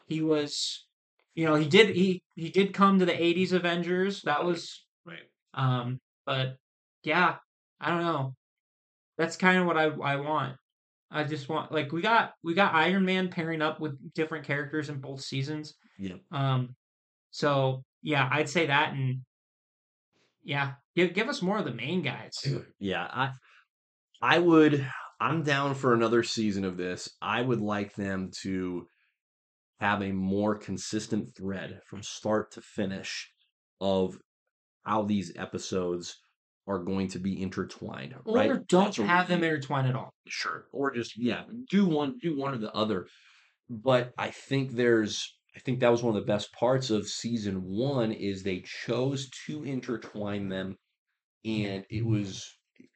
He was, you know, he did he he did come to the 80s Avengers. That was
Right.
um, but yeah, I don't know. That's kind of what I I want. I just want like we got we got Iron Man pairing up with different characters in both seasons.
Yep.
Um, so yeah, I'd say that and yeah, give give us more of the main guys.
Yeah, I I would I'm down for another season of this. I would like them to have a more consistent thread from start to finish of how these episodes are going to be intertwined.
Or
right?
don't
That's what
have
we-
them intertwined at all.
sure or just yeah do one do one or the other but i think there's i think that was one of the best parts of season one is they chose to intertwine them and it was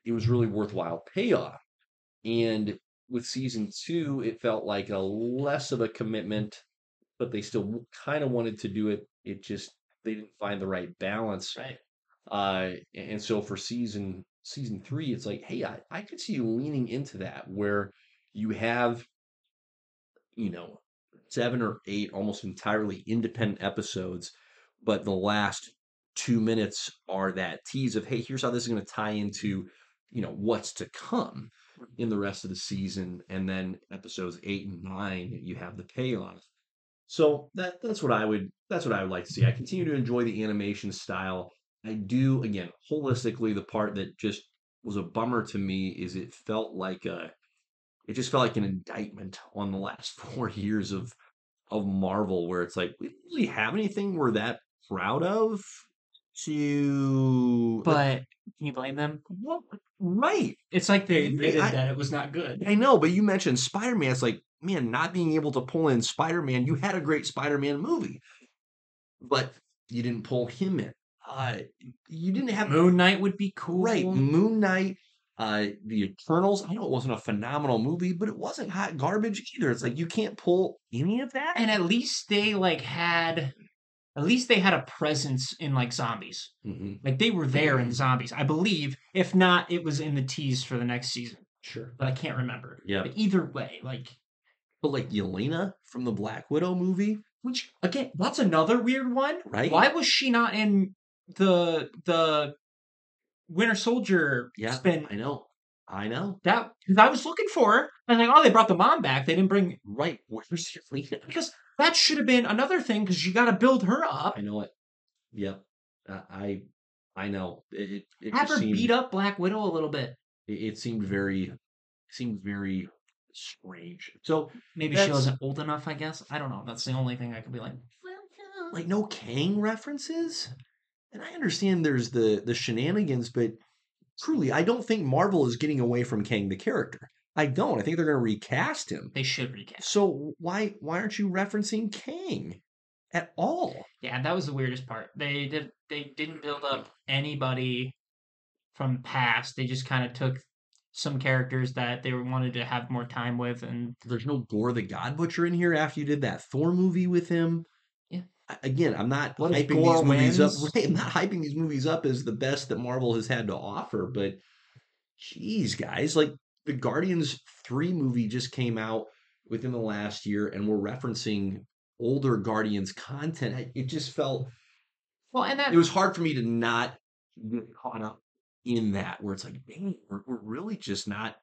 it was really worthwhile payoff and with season two it felt like a less of a commitment but they still kind of wanted to do it it just they didn't find the right balance
Right.
uh and and so for season season three it's like hey I, I could see you leaning into that where you have you know seven or eight almost entirely independent episodes but the last two minutes are that tease of hey here's how this is going to tie into you know what's to come in the rest of the season and then episodes eight and nine you have the payoff so that that's what i would that's what i would like to see i continue to enjoy the animation style I do again holistically the part that just was a bummer to me is it felt like a it just felt like an indictment on the last four years of of Marvel where it's like we don't really have anything we're that proud of to like,
But can you blame them?
what right
It's like they
Yeah,
admitted
I-
that it was not good.
I know but you mentioned Spider-Man it's like man not being able to pull in Spider-Man you had a great Spider-Man movie but you didn't pull him in uh you didn't have
Moon Knight would be cool.
Right, Moon Knight, uh, The Eternals. I know it wasn't a phenomenal movie, but it wasn't hot garbage either. It's like you can't pull any of that.
And at least they like had at least they had a presence in like zombies.
Mhm,
Like they were there in zombies, I believe. If not, it was in the tease for the next season.
Sure,
But I can't remember.
yeah.
But either way, like
But like Yelena from the Black Widow movie,
which again, that's another weird one.
right?
Why was she not in the the Winter Soldier
Yeah,
spin?
I know, I know.
That because I was looking for her. And like, oh, they brought the mom back. They didn't bring
Right, where's Yelena?
because that should have been another thing because you got to build her up.
I know it. Yep, uh, I, I know. It, it, it
Have
just
her
seemed,
beat up Black Widow a little bit.
It, it seemed very, seemed very strange. So
Maybe she
That's-
wasn't old enough, I guess. I don't know. That's the only thing I could be like.
like no Kang references. And I understand there's the the shenanigans, but truly, I don't think Marvel is getting away from Kang the character. I don't. I think they're going to recast him.
They should recast.
So why why aren't you referencing Kang at all?
Yeah, that was the weirdest part. They did. They didn't build up anybody from past. They just kind of took some characters that they were- wanted to have more time with, and
There's no Gore the God Butcher in here after you did that Thor movie with him.
Yeah.
I- Again, I'm not
What if
hyping
Gore
these movies up.
wins?
Right, I'm not hyping these movies up as the best that Marvel has had to offer, but geez, guys, like the Guardians three movie just came out within the last year, and we're referencing older Guardians content. I- It just felt
well, and that
it was hard for me to not get caught up in that, where it's like, dang, we're, we're really just not.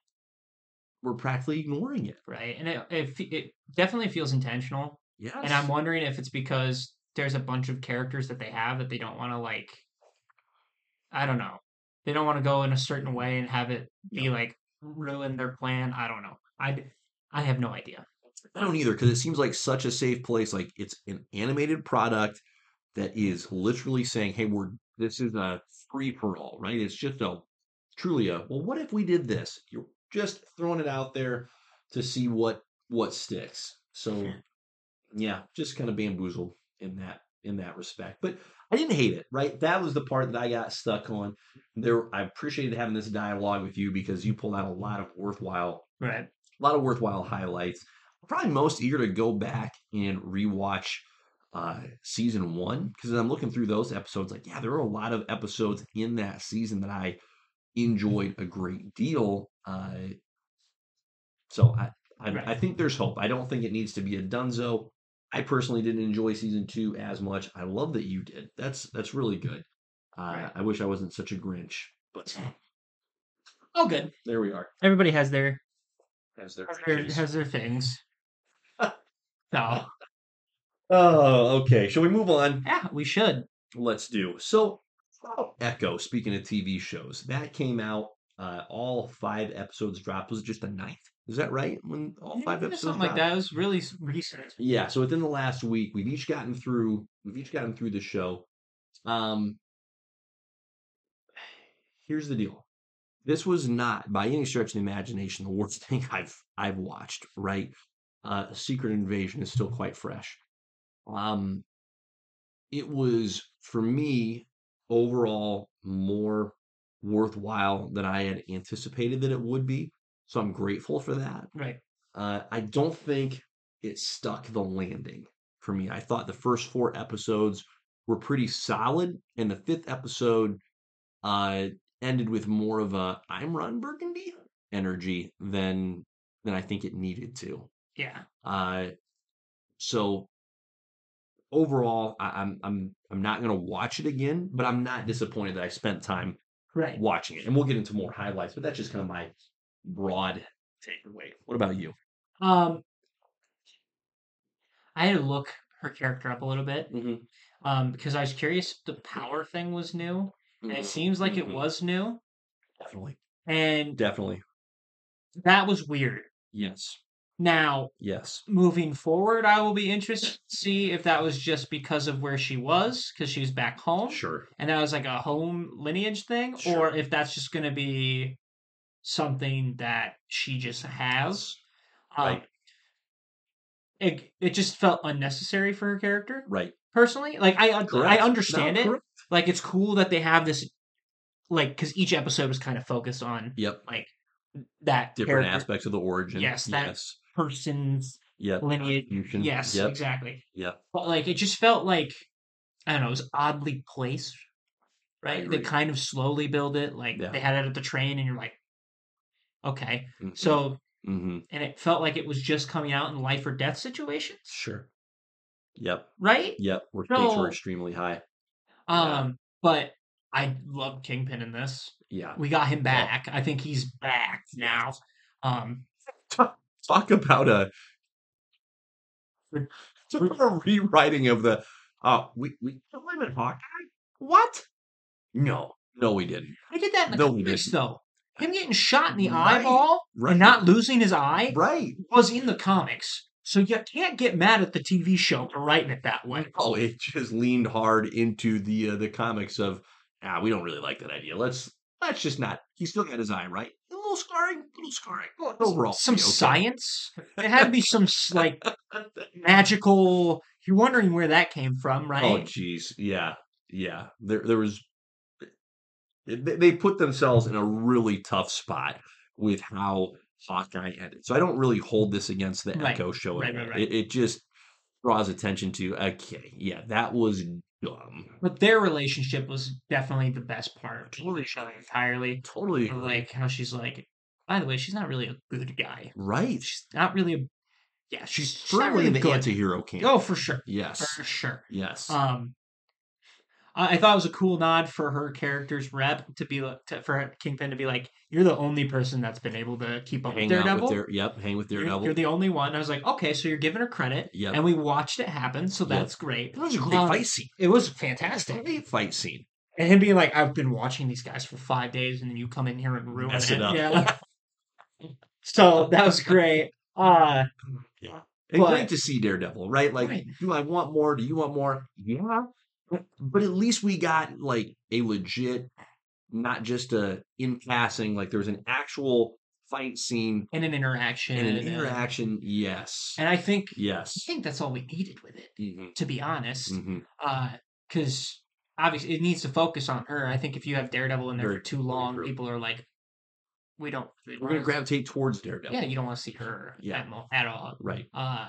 We're practically ignoring it.
right, and it it, fe- it definitely feels intentional.
Yeah,
And I'm wondering if it's because there's a bunch of characters that they have that they don't want to like. I don't know. They don't want to go in a certain way and have it be
Yeah.
like ruin their plan. I don't know. I I have no idea.
I don't either because it seems like such a safe place. Like it's an animated product. that is literally saying, "Hey, we're this is a free for all, right? It's just a truly a well. What if we did this? You're just throwing it out there to see what what sticks. So yeah, just kind of bamboozled in that in that respect. But I didn't hate it, right? That was the part that I got stuck on. There, I appreciated having this dialogue with you because you pulled out a lot of worthwhile
Right.
a lot of worthwhile highlights. I'm probably most eager to go back and rewatch uh, season one because I'm looking through those episodes. Like, yeah, there are a lot of episodes in that season that I enjoyed a great deal. Uh, so I, I,
Right.
I think there's hope. I don't think it needs to be a Dunzo. I personally didn't enjoy season two as much. I love that you did. That's that's really good. Uh,
Right.
I wish I wasn't such a Grinch, but
Oh, good.
there we are.
Everybody has their
As there
has their, has their things. so
Oh, okay. Shall we move on?
yeah, we should.
Let's do. So, oh, Echo, speaking of TV shows, that came out, uh, all five episodes dropped. Was it just the ninth? Is that right? When all five
Maybe
episodes
something like
dropped?
that. It was really s- recent.
Yeah. So within the last week, we've each gotten through. We've each gotten through the show. Um, here's the deal. This was not, by any stretch of the imagination, the worst thing I've I've watched. Right. Uh, Secret Invasion is still quite fresh. Um, it was for me overall more worthwhile than I had anticipated that it would be. So I'm grateful for that.
Right.
Uh, I don't think it stuck the landing for me. I thought the first four episodes were pretty solid, and the fifth episode uh, ended with more of a "I'm Ron Burgundy" energy than than I think it needed to.
Yeah.
Uh, so overall, I, I'm I'm I'm not going to watch it again, but I'm not disappointed that I spent time
Right.
watching it. And we'll get into more highlights, but that's just kind of my broad takeaway. What about you?
Um, I had to look her character up a little bit um, because I was curious. If the power thing was new, and it seems like it
Mhm.
was new,
Definitely.
and
Definitely.
that was weird.
Yes.
Now,
Yes.
moving forward, I will be interested to see if that was just because of where she was, because she was back home,
Sure.
and that was like a home lineage thing,
Sure.
or if that's just going to be something that she just has. Um,
Right.
It it just felt unnecessary for her character.
Right.
personally. Like I un- I
Correct.
understand
No,
it.
correct.
Like it's cool that they have this like cuz each episode is kind of focused on
Yep.
that
Different
character
aspects of the origin.
Yes, that-
yes.
person's
Yep.
lineage.
Fusion.
Yes,
Yep.
exactly.
Yep.
But like it just felt like I don't know, it was oddly placed. Right? They
agree.
kind of slowly build it like
Yeah.
they had it at the train and you're like okay.
Mhm.
So
Mhm.
and it felt like it was just coming out in life or death situations,
Sure. Yep.
right?
Yep. Where stakes
No.
were extremely high. Yeah.
Um but I love Kingpin in this.
Yeah.
We got him back. I think he's back now. Um,
Talk about a
Re-
talk about a rewriting of the uh we we live in Hawkeye? What? No. No, we didn't.
I did that in the
No, he
comics
didn't.
though. Him getting shot in the
Right,
eyeball
Right.
and not losing his eye
right.
was in the comics. So you can't get mad at the TV show for writing it that way.
Oh, it just leaned hard into the uh, the comics of ah, we don't really like that idea. Let's let's just not. He's still got his eye, right? A little scarring, a little scarring. Well, overall,
some
be okay.
science. There had to be some s- like magical. You're wondering where that came from, right?
Oh, jeez, yeah, yeah. There, there was. eh, They, they put themselves in a really tough spot with how Hawkeye ended. So I don't really hold this against the
Right,
Echo show. at
right, right,
all.
right.
It, it just draws attention to okay, yeah, that was dumb.
but their relationship was definitely the best part.
Totally.
entirely.
Totally
Like how she's like. By the way, she's not really a good guy.
right.
She's not really a. Yeah, she's, she's not
Firmly
really
in the
good.
anti-hero camp.
Oh, for sure.
Yes.
For sure.
Yes.
Um, I, I thought it was a cool nod for her character's rep to be like, to, for Kingpin to be like, "You're the only person that's been able to keep up
hang
with
out
Daredevil.
with their yep, hang with
you're,
Daredevil.
you're the only one." I was like, "Okay, so you're giving her credit."
Yep.
And we watched it happen, so
Yep.
that's great.
that was a great
Um,
fight scene.
It was
That's a
fantastic.
great fight scene.
And him being like, "I've been watching these guys for five days, and then you come in here and ruin
Mess it up.
Yeah. so that was great. Uh,
And
But-
great to see Daredevil, right? Like,
Right.
do I want more? Do you want more? Yeah. But at least we got like a legit, not just a in passing. Like there was an actual fight scene
and an interaction.
and an interaction. Yes,
And I think I
yes.
think that's all we needed with it,
Mhm,
to be honest.
mhm.
Because uh, obviously it needs to focus on her. I think if you have Daredevil in there
Very-
for too
very
long,
true.
people are like, we don't.
We're gonna gravitate towards Daredevil.
Yeah, you don't want to see her
Yeah.
at, mo- at all.
Right.
Uh,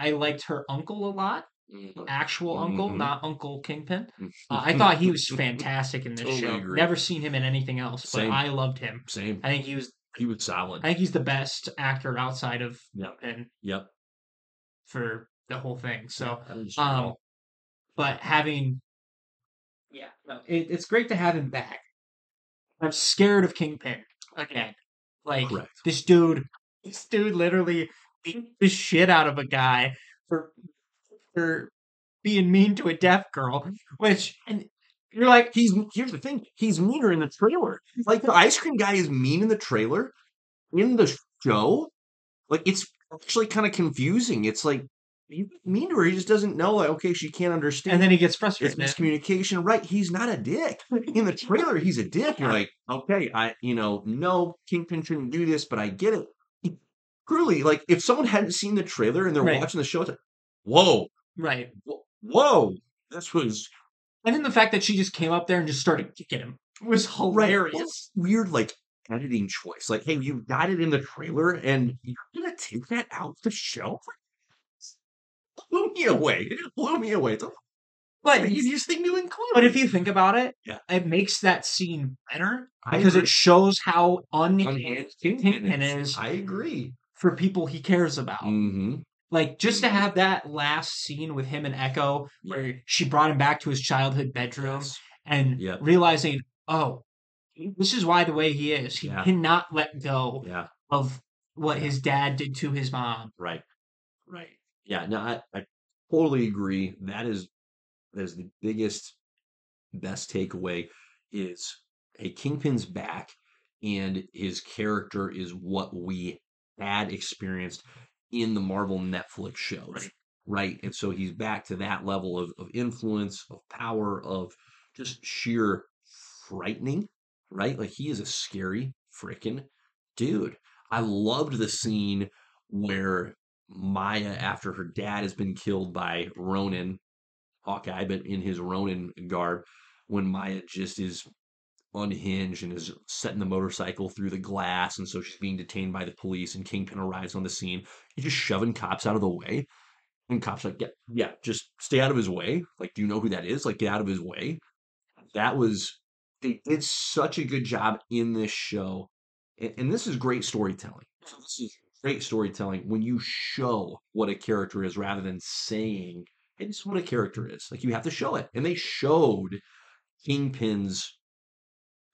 I liked her uncle a lot. Actual uncle,
Mhm.
not Uncle Kingpin. Uh, I thought he was fantastic in this
Totally
show.
agree.
Never seen him in anything else, but
Same.
I loved him.
same.
I think he was.
He was solid.
I think he's the best actor outside of
Yep.
Kingpin
Yep.
for the whole thing. So,
I was-
um, but having, yeah, no, it, it's great to have him back. I'm scared of Kingpin again. Like
Correct.
this dude, this dude literally beat the shit out of a guy for for being mean to a deaf girl, which and you're like.
He's here's the thing. He's meaner in the trailer. Like the ice cream guy is mean in the trailer. In the show, like it's actually kind of confusing. It's like you mean to her. He just doesn't know. Like okay, she can't understand.
and then he gets
it's
frustrated.
miscommunication. Right? He's not a dick. In the trailer, he's a dick. You're like okay, I you know no Kingpin shouldn't do this, but I get it. He- Truly, like if someone hadn't seen the trailer and they're
Right.
watching the show, it's like whoa,
right.
wh- whoa, this was
And then the fact that she just came up there and just started kicking him was
Right.
hilarious.
weird like editing choice. Like, hey, you got it in the trailer and you're gonna take that out the show? Blew me away. It blew me away. It's like,
But
the easiest thing to include.
but if you think about it,
Yeah.
it makes that scene better
I
because
agree.
it shows how unhinged
Unhinged Kingpin
Kingpin
is-
is-
I agree.
for people he cares about.
Mm-hmm.
Like just to have that last scene with him and Echo,
Yeah.
where she brought him back to his childhood bedroom and
Yeah.
realizing, oh, this is why the way he is. He
Yeah.
cannot let go
Yeah.
of what his dad did to his mom.
Right. Right. Yeah. No, I, I totally agree. That is that is the biggest best takeaway is a kingpin's back and his character is what we had experienced in the Marvel Netflix shows. Right. And so he's back to that level of, of influence, of power, of just sheer frightening, right? Like he is a scary freaking dude. I loved the scene where Maya, after her dad has been killed by Ronan, Hawkeye, but in his Ronin garb, when Maya just is unhinged and is setting the motorcycle through the glass, and so she's being detained by the police, and Kingpin arrives on the scene. He's just shoving cops out of the way. And cops like, yeah, yeah, just stay out of his way. Like, do you know who that is? Like, get out of his way. That was they did such a good job in this show. And, and this is great storytelling. This is great storytelling when you show what a character is rather than saying hey, this is what a character is. Like you have to show it. And they showed Kingpin's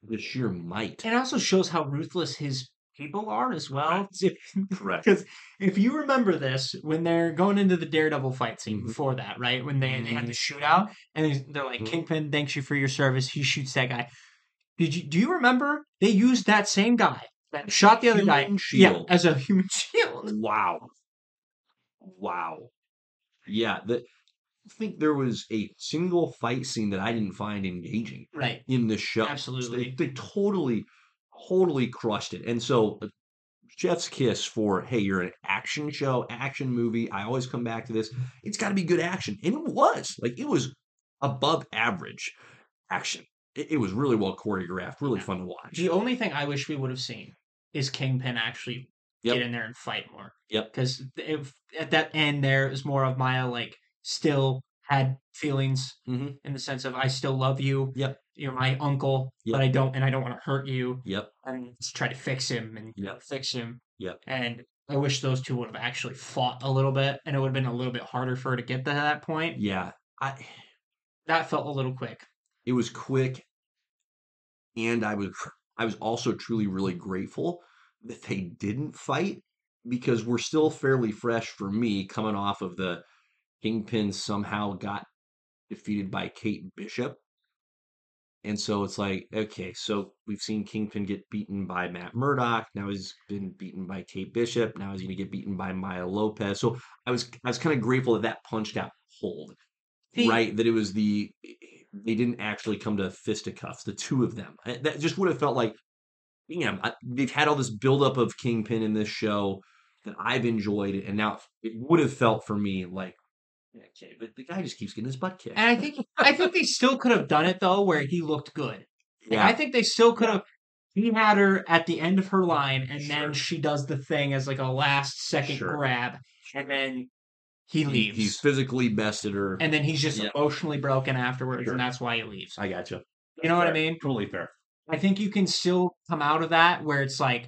the sheer might.
It also shows how ruthless his people are as well.
Correct.
Because if you remember this, when they're going into the Daredevil fight scene
Mhm.
before that, right? When they, they had the
Mhm.
shootout, and he's- they're like,
Mhm.
"Kingpin, thanks you for your service." He shoots that guy. Did you do you remember they used that same guy that shot the other guy?
Human
Yeah,
shield.
as a human shield.
Wow. Wow. Yeah. The, I think there was a single fight scene that I didn't find engaging
Right.
in this show.
Absolutely.
They, they totally, totally crushed it. And so, uh, Chef's kiss for hey, you're an action show, action movie. I always come back to this. It's got to be good action, and it was like it was above average action. It, it was really well choreographed, really fun to watch.
The only thing I wish we would have seen is Kingpin actually
Yep.
get in there and fight more.
Yep.
Because if at that end there it was more of Maya like still had feelings
Mhm.
in the sense of I still love you.
Yep.
You're my uncle,
Yep.
but I don't and I don't want to hurt you.
Yep,
And let's try to fix him and
Yep.
fix him.
Yep.
And I wish those two would have actually fought a little bit and it would have been a little bit harder for her to get to that point.
yeah. I
That felt a little quick.
it was quick, and I was I was also truly really grateful that they didn't fight because we're still fairly fresh for me coming off of the Kingpin somehow got defeated by Kate Bishop. And so it's like, okay, so we've seen Kingpin get beaten by Matt Murdock. Now he's been beaten by Kate Bishop. Now he's going to get beaten by Maya Lopez. So I was, I was kind of grateful that that punch got pulled
He-
right? That it was the they didn't actually come to fisticuffs, the two of them. I- That just would have felt like, damn, I, they've had all this buildup of Kingpin in this show that I've enjoyed, and now it would have felt for me like, yeah, okay, but the guy just keeps getting his butt kicked.
And I think I think they still could have done it though, where he looked good. Like, I think they still could have. He had her at the end of her line, and
Sure.
then she does the thing as like a last second
Sure.
grab, and then he
He-
leaves.
He's physically bested her.
and then he's just
Yeah.
emotionally broken afterwards,
Sure.
and that's why he leaves.
I gotcha.
You know what I
Fair.
mean?
Totally fair.
I think you can still come out of that where it's like,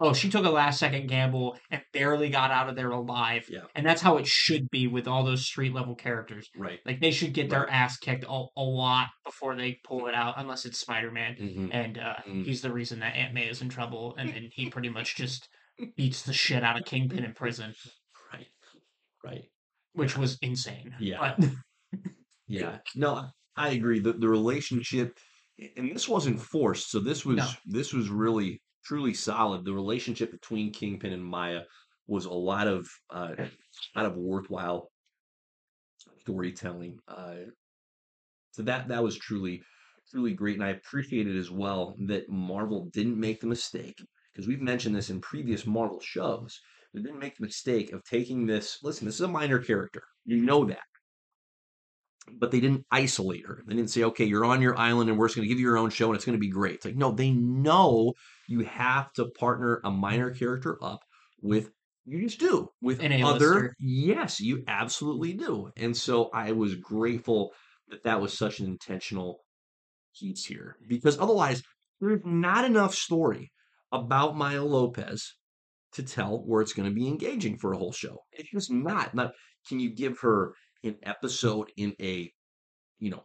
oh, she took a last second gamble and barely got out of there alive.
Yeah.
And that's how it should be with all those street level characters.
Right.
Like they should get their ass kicked a, a lot before they pull it out, unless it's Spider Man.
Mm-hmm.
And uh,
Mm.
he's the reason that Aunt May is in trouble. And then he pretty much just beats the shit out of Kingpin in prison,
Right. Right.
which was insane.
Yeah.
But
Yeah. No, I- I agree. The the relationship and this wasn't forced, so this was
No.
this was really truly solid. The relationship between Kingpin and Maya was a lot of uh a lot of worthwhile storytelling. Uh so that that was truly truly great and I appreciate it as well that Marvel didn't make the mistake because we've mentioned this in previous Marvel shows. They didn't make the mistake of taking this. Listen, this is a minor character. You know that but they didn't isolate her. They didn't say, okay, you're on your island and we're just going to give you your own show and it's going to be great. It's like, no, they know you have to partner a minor character up with, you just do, with
An A-lister.
other. Yes, you absolutely do. And so I was grateful that that was such an intentional piece here because otherwise, there's not enough story about Maya Lopez to tell where it's going to be engaging for a whole show. It's just not. Not can you give her an episode in a you know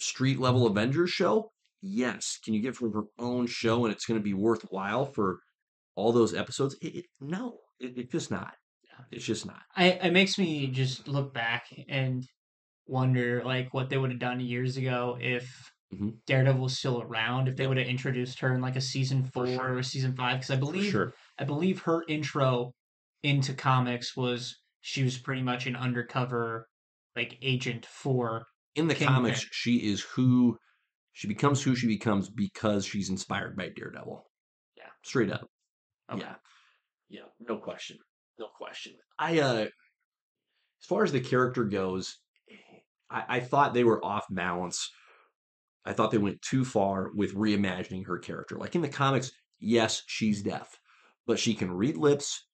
street level Avengers show? Yes. Can you give her her own show and it's going to be worthwhile for all those episodes? It, it- no, it, it's just not. It's just not.
I, it makes me just look back and wonder like what they would have done years ago if
Mhm.
Daredevil was still around, if they would have introduced her in like a season four
For sure.
or a season five. Because I
For
believe
sure.
I believe her intro into comics was she was pretty much an undercover like agent for
In the
Kingpin.
comics, she is who she becomes who she becomes because she's inspired by Daredevil.
Yeah.
Straight up.
Okay.
Yeah. Yeah, no question. No question. I uh as far as the character goes, I, I thought they were off balance. I thought they went too far with reimagining her character. Like in the comics, yes, she's deaf, but she can read lips,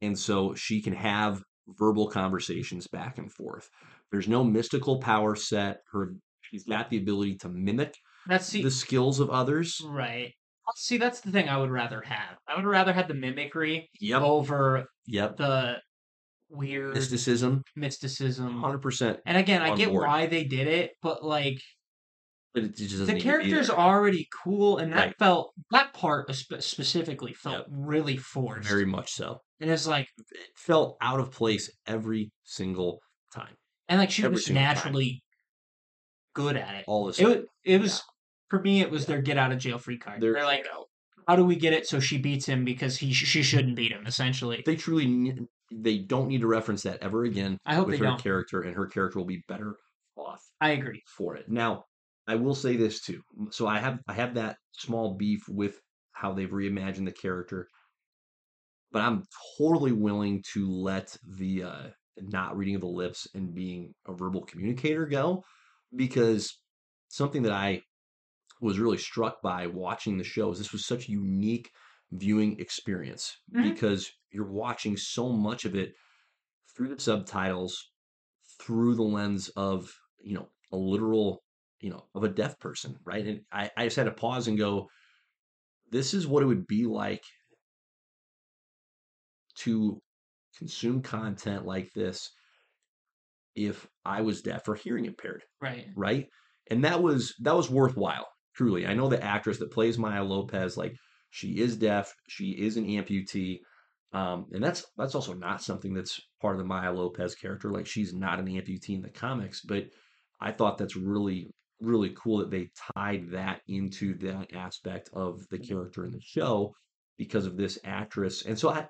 and so she can have verbal conversations back and forth. There's no mystical power set. Her she's got the ability to mimic
that's the
the skills of others.
right. See, that's the thing I would rather have. I would rather have the mimicry
Yep.
over
Yep.
the weird
Mysticism,
mysticism.
hundred percent.
And again, I
on
get
board.
why they did it, but like
But it just doesn't
the
need to be
characters
there.
already cool, and that
Right.
felt that part spe- specifically felt really forced.
very much so.
and it's like,
It felt out of place every single time.
and like she
Every
was
single time.
naturally good at it.
All this
It was, it
Yeah.
was for me, it was their get out of jail free card.
They're-
They're like, "Oh." how do we get it so she beats him because he sh- she shouldn't beat him essentially.
they truly ne- they don't need to reference that ever again
I hope
with
they
her
don't.
character, and her character will be better off
I agree.
for it. Now, I will say this too. So I have I have that small beef with how they've reimagined the character, but I'm totally willing to let the uh, not reading of the lips and being a verbal communicator go, because something that I was really struck by watching the show is this was such a unique viewing experience
Mhm.
because you're watching so much of it through the subtitles through the lens of you know a literal you know of a deaf person right and i, I just had to pause and go this is what it would be like to consume content like this if i was deaf or hearing impaired
Right.
right and that was that was worthwhile truly i know the actress that plays maya lopez like she is deaf she is an amputee um and that's that's also not something that's part of the maya lopez character like she's not an amputee in the comics but i thought that's really really cool that they tied that into that aspect of the character in the show because of this actress and so i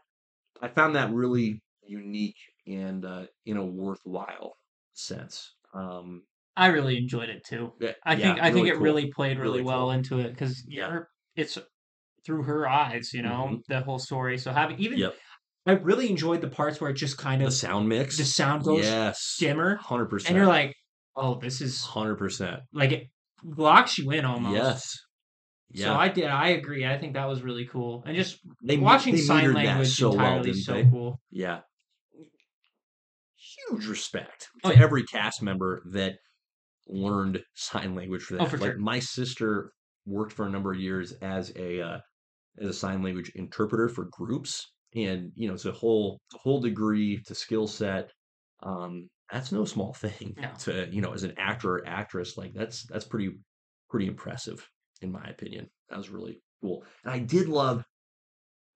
i found that really unique and uh in a worthwhile sense Um,
I really enjoyed it too.
yeah,
I
yeah,
think I think it
cool.
really played really,
Really
well
cool.
into it because
Yeah. Mm-hmm.
her it's through her eyes, you know, the whole story. So having even
Yep.
I really enjoyed the parts where it just kind
the
of
sound mix.
the sound goes
yes,
dimmer,
hundred percent.
and you're like, oh, this is
hundred percent.
like it locks you in almost.
Yes. Yeah,
So I did. I agree. I think that was really cool, and just
they me-
watching
they
sign
metered that
language entirely
didn't
so
they?
cool.
Yeah. Huge respect
Oh,
to
yeah.
every cast member that learned sign language for that.
Oh, for
like
sure.
my sister worked for a number of years as a uh, as a sign language interpreter for groups, and you know it's a whole it's a whole degree to skill set. Um, that's no small thing
No.
to you know as an actor or actress like that's that's pretty pretty impressive in my opinion. That was really cool, and I did love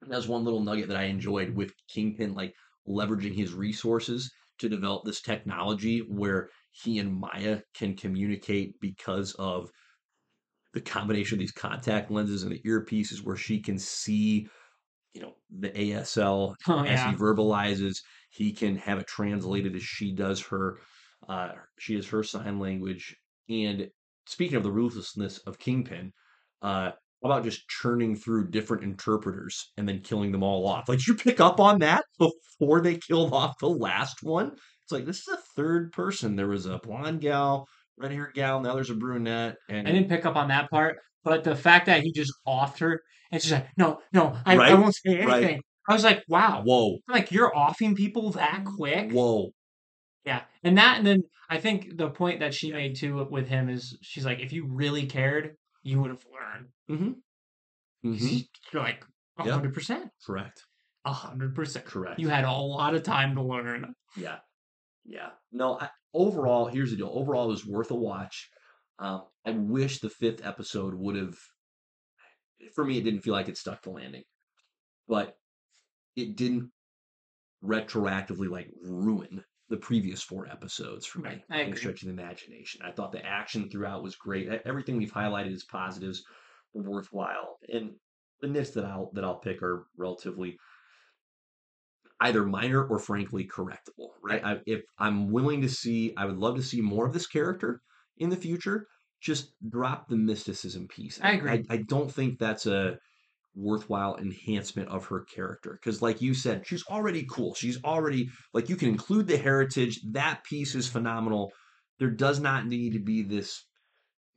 that was one little nugget that I enjoyed with Kingpin, like leveraging his resources to develop this technology where he and Maya can communicate because of the combination of these contact lenses and the earpieces where she can see, you know, the ASL
Oh
as
yeah,
he verbalizes. He can have it translated as she does her, uh, she is her sign language. And speaking of the ruthlessness of Kingpin, uh, how about just churning through different interpreters and then killing them all off? Like you pick up on that before they killed off the last one. It's like this is the third person. There was a blonde gal, red haired gal, now there's a brunette, and
I didn't pick up on that part, but the fact that he just offed her and she's like, no, no, I, I
Right,
won't say anything.
right.
I was like, wow,
whoa,
I'm like you're offing people that
Mm.
quick.
whoa,
Yeah, and that, and then I think the point that she made too with him is she's like, if you really cared, you would have learned.
Mhm.
You're like
Yeah.
hundred percent,
correct,
hundred percent.
correct.
You had a lot of time to learn.
Yeah. Yeah. No, I, overall, here's the deal. Overall, it was worth a watch. Um, I wish the fifth episode would have, for me, it didn't feel like it stuck the landing, but it didn't retroactively like ruin the previous four episodes for me.
Right, I
any
agree.
stretch of the imagination. I thought the action throughout was great. E- Everything we've highlighted is positives, were worthwhile. And the nits that I'll that I'll pick are relatively either minor or frankly correctable. Right. I, if I'm willing to see, I would love to see more of this character in the future. Just drop the mysticism piece.
I agree.
I, I don't think that's a worthwhile enhancement of her character because like you said she's already cool she's already like you can include the heritage that piece is phenomenal there does not need to be this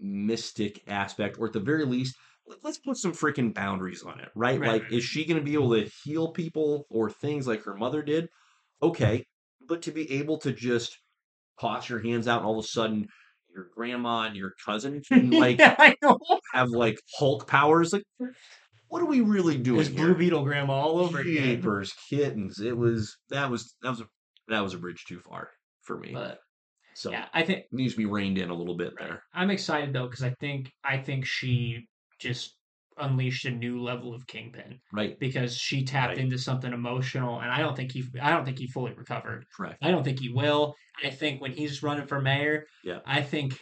mystic aspect or at the very least let- let's put some freaking boundaries on it right,
Right,
like
right,
is she going to be able to heal people or things like her mother did okay but to be able to just toss your hands out and all of a sudden your grandma and your cousin can like
yeah, I know.
have like hulk powers like what are we really doing
There's
here?
Blue Beetle Grandma all over again.
Jeepers, kittens. It was that was that was a that was a bridge too far for me.
But
so
yeah, I think
needs to be reined in a little bit
Right.
there.
I'm excited though because I think I think she just unleashed a new level of Kingpin
Right.
because she tapped
Right.
into something emotional, and I don't think he I don't think he fully recovered.
Correct.
I don't think he will. I think when he's running for mayor,
Yeah.
I think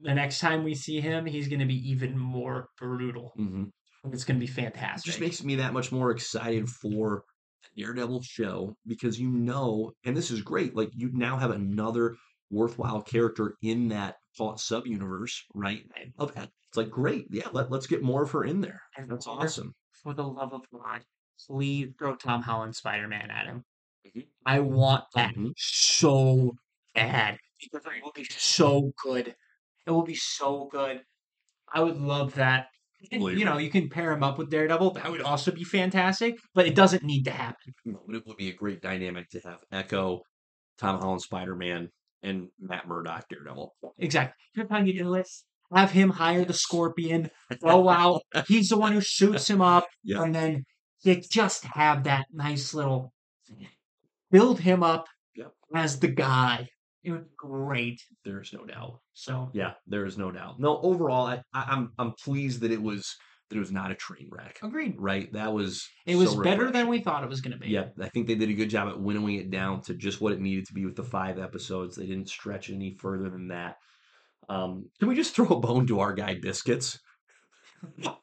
the next time we see him, he's going to be even more brutal.
hmm
And It's going to be
It
fantastic.
just makes me that much more excited for the Daredevil show because you know, and this is great. Like you now have another worthwhile character in that call it sub universe, right? I love that. It's like great, yeah. Let, let's get more of her in there.
And
That's
more.
awesome.
for the love of God, please throw Tom Holland Spider Man at him.
Mhm.
I want that
Mhm.
so bad because it will be so good. It will be so good. I would love that. And, you
Believe
know, you can pair him up with Daredevil. That would also be fantastic, but it doesn't need to happen.
No, but it would be a great dynamic to have Echo, Tom Holland, Spider Man, and Matt Murdock, Daredevil.
Exactly. You're trying to do this. Have him hire the Scorpion.
Oh,
Throw out. He's the one who shoots him up,
Yeah.
and then you just have that nice little build him up
Yep.
as the guy. It would be great.
There's no doubt.
So
Yeah, there is no doubt. No, overall, I, I, I'm I'm pleased that it was that it was not a train wreck.
agreed.
Right, that was
It
so
was better
refreshing.
than we thought it was going to be.
Yeah, I think they did a good job at winnowing it down to just what it needed to be with the five episodes. They didn't stretch it any further than that. Um, can we just throw a bone to our guy Biscuits? First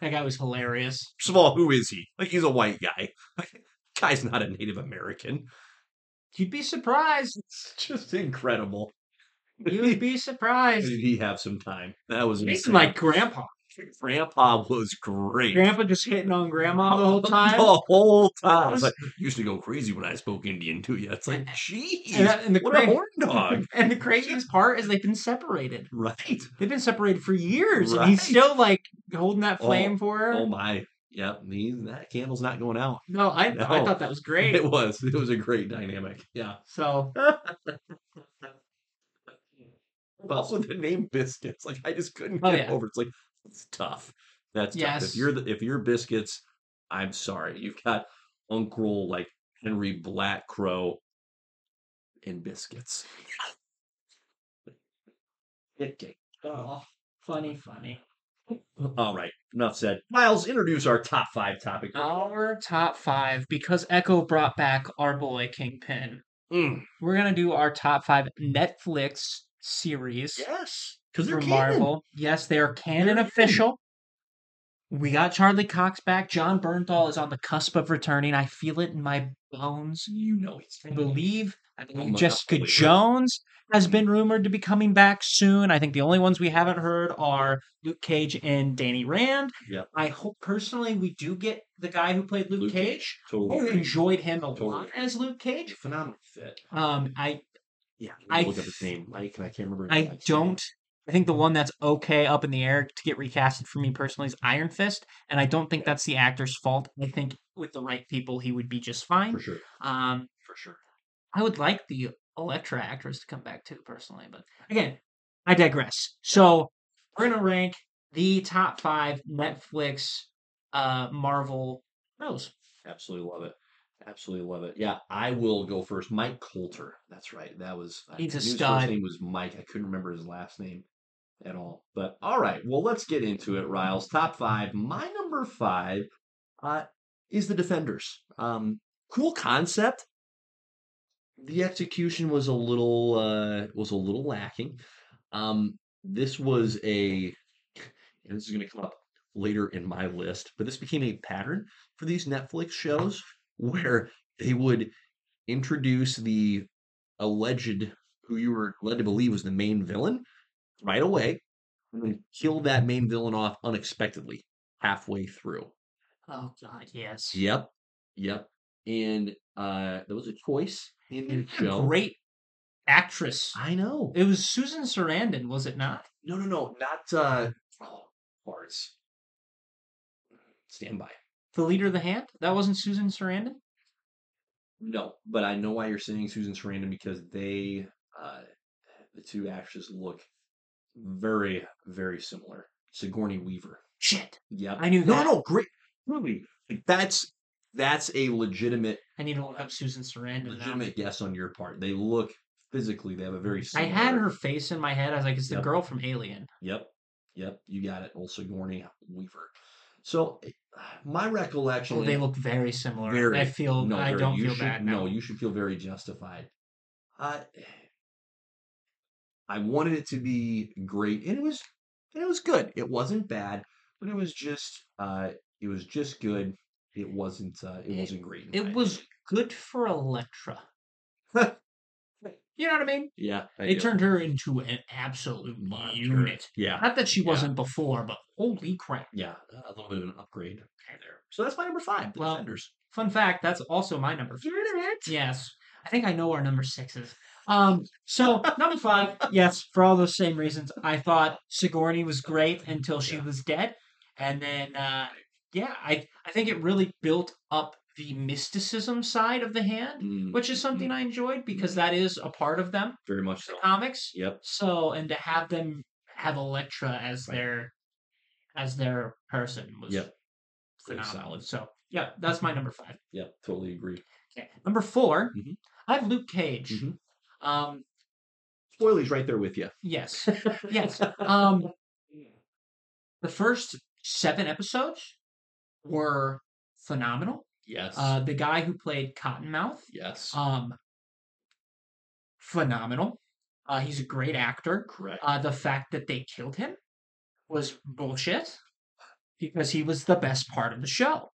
That guy was hilarious.
of all, who is he? Like he's a white guy. Guy's not a Native American.
You'd be surprised.
It's just incredible.
You would be surprised.
Did he have some time? That was
He's
insane.
like grandpa.
Grandpa was great.
Grandpa just hitting on grandma the whole time.
The whole time.
was-
It's like, you used to go crazy when I spoke Indian to you. It's like, geez,
And, that- and the
what
cra-
a horn dog.
And the craziest part is they've been separated.
right.
They've been separated for years, and he's
Right.
still like holding that
Oh,
flame for her.
Oh my. Yep. He, that candle's not going out.
no, I I
No.
thought that was great.
It was. It was a great dynamic. Yeah.
So
But also the name biscuits. Like I just couldn't
Oh,
get
yeah.
over. it. It's like it's tough. That's tough.
Yes.
If you're the, if you're biscuits, I'm sorry. You've got Uncle like Henry Black Crow and biscuits.
oh, funny, funny.
All right, enough said. Miles, introduce our top five topic.
Uh, Our top five because Echo brought back our boy Kingpin.
Mm.
We're gonna do our top five Netflix series
Yes, because they're
for
canon.
Marvel. Yes, they are canon
They're canon.
official. We got Charlie Cox back. John Bernthal is on the cusp of returning. I feel it in my bones.
You know he's
I believe. I believe
my
Jessica
golly.
Jones has
Mm-hmm.
been rumored to be coming back soon. I think the only ones we haven't heard are Luke Cage and Danny Rand.
Yep.
I hope personally we do get the guy who played Luke,
Luke
Cage. I
totally
enjoyed him a lot
Totally.
as Luke Cage.
phenomenal fit.
Um, I
Yeah,
I-
look up his name, Mike, and I can't remember. his
I
last name.
don't. I think the one that's okay up in the air to get recasted for me personally is Iron Fist, and I don't think that's the actor's fault. I think with the right people, he would be just fine.
for sure,
Um,
for sure.
I would like the Electra actress to come back too, personally. But again, I digress. So we're gonna rank the top five Netflix uh Marvel shows.
Absolutely love it. Absolutely love it. Yeah, I will go first. Mike Coulter. That's right. That was I
He's a
knew his
stud.
First name was Mike. I couldn't remember his last name at all. But all right. Well, let's get into it. Riles top five. My number five uh, is the Defenders. Um, cool concept. The execution was a little uh, was a little lacking. Um, this was a and this is going to come up later in my list, but this became a pattern for these Netflix shows where they would introduce the alleged who you were led to believe was the main villain right away and then kill that main villain off unexpectedly halfway through.
Oh God, yes.
Yep. Yep. And uh that was a choice in the
And a
show.
Great actress.
I know.
It was Susan Sarandon, was it not?
No, no, no, not uh oh, cards. Stand by.
The leader of the hand? That wasn't Susan Sarandon?
No, but I know why you're saying Susan Sarandon because they, uh, the two actresses look very, very similar. Sigourney Weaver.
Shit.
Yep.
I knew
No,
that.
no, great movie. Like, That's that's a legitimate,
I need to look up Susan Sarandon now.
legitimate guess on your part. They look physically. They have a very.
I
Similar,
had her face in my head. I was like, it's the
Yep.
girl from Alien.
Yep. Yep. You got it. Old Sigourney Weaver. So, uh, my recollection.
Oh, they
and-
look very similar.
Very.
I feel I
very-
don't
you
feel
should,
bad. now.
No, you should feel very justified. I I wanted it to be great, and it was and it was good. It wasn't bad, but it was just uh it was just good. It wasn't uh it,
It-
wasn't great. in my
It was good for Electra. you know what I mean?
opinion. yeah. I
It
do.
turned her into an absolute
Monster.
unit.
yeah.
Not that she
Yeah.
wasn't before, but holy crap.
Yeah, a little bit of an upgrade there. So that's my number five, the
Well,
Defenders.
Fun fact, that's also my number. Yes. I think I know our number sixes. Um, so number five, yes, for all those same reasons. I thought Sigourney was great until she
Yeah.
was dead. And then uh yeah, I I think it really built up the mysticism side of the hand,
Mm,
which is something I enjoyed because that is a part of them,
very much
the
so.
comics.
Yep.
So and to have them have Elektra as
Right.
their as their person was
Yep. Pretty
phenomenal.
solid. Mm-hmm.
So yeah, that's my number five.
Yep. Totally agree.
Okay. Number 4
Mhm.
I have Luke Cage.
Mhm.
Um,
Spoily's right there with you.
yes, yes. Um, the first seven episodes were phenomenal.
Yes.
Uh, the guy who played Cottonmouth,
yes.
um, phenomenal. Uh, he's a great actor.
Correct.
Uh, the fact that they killed him was bullshit because he was the best part of the show.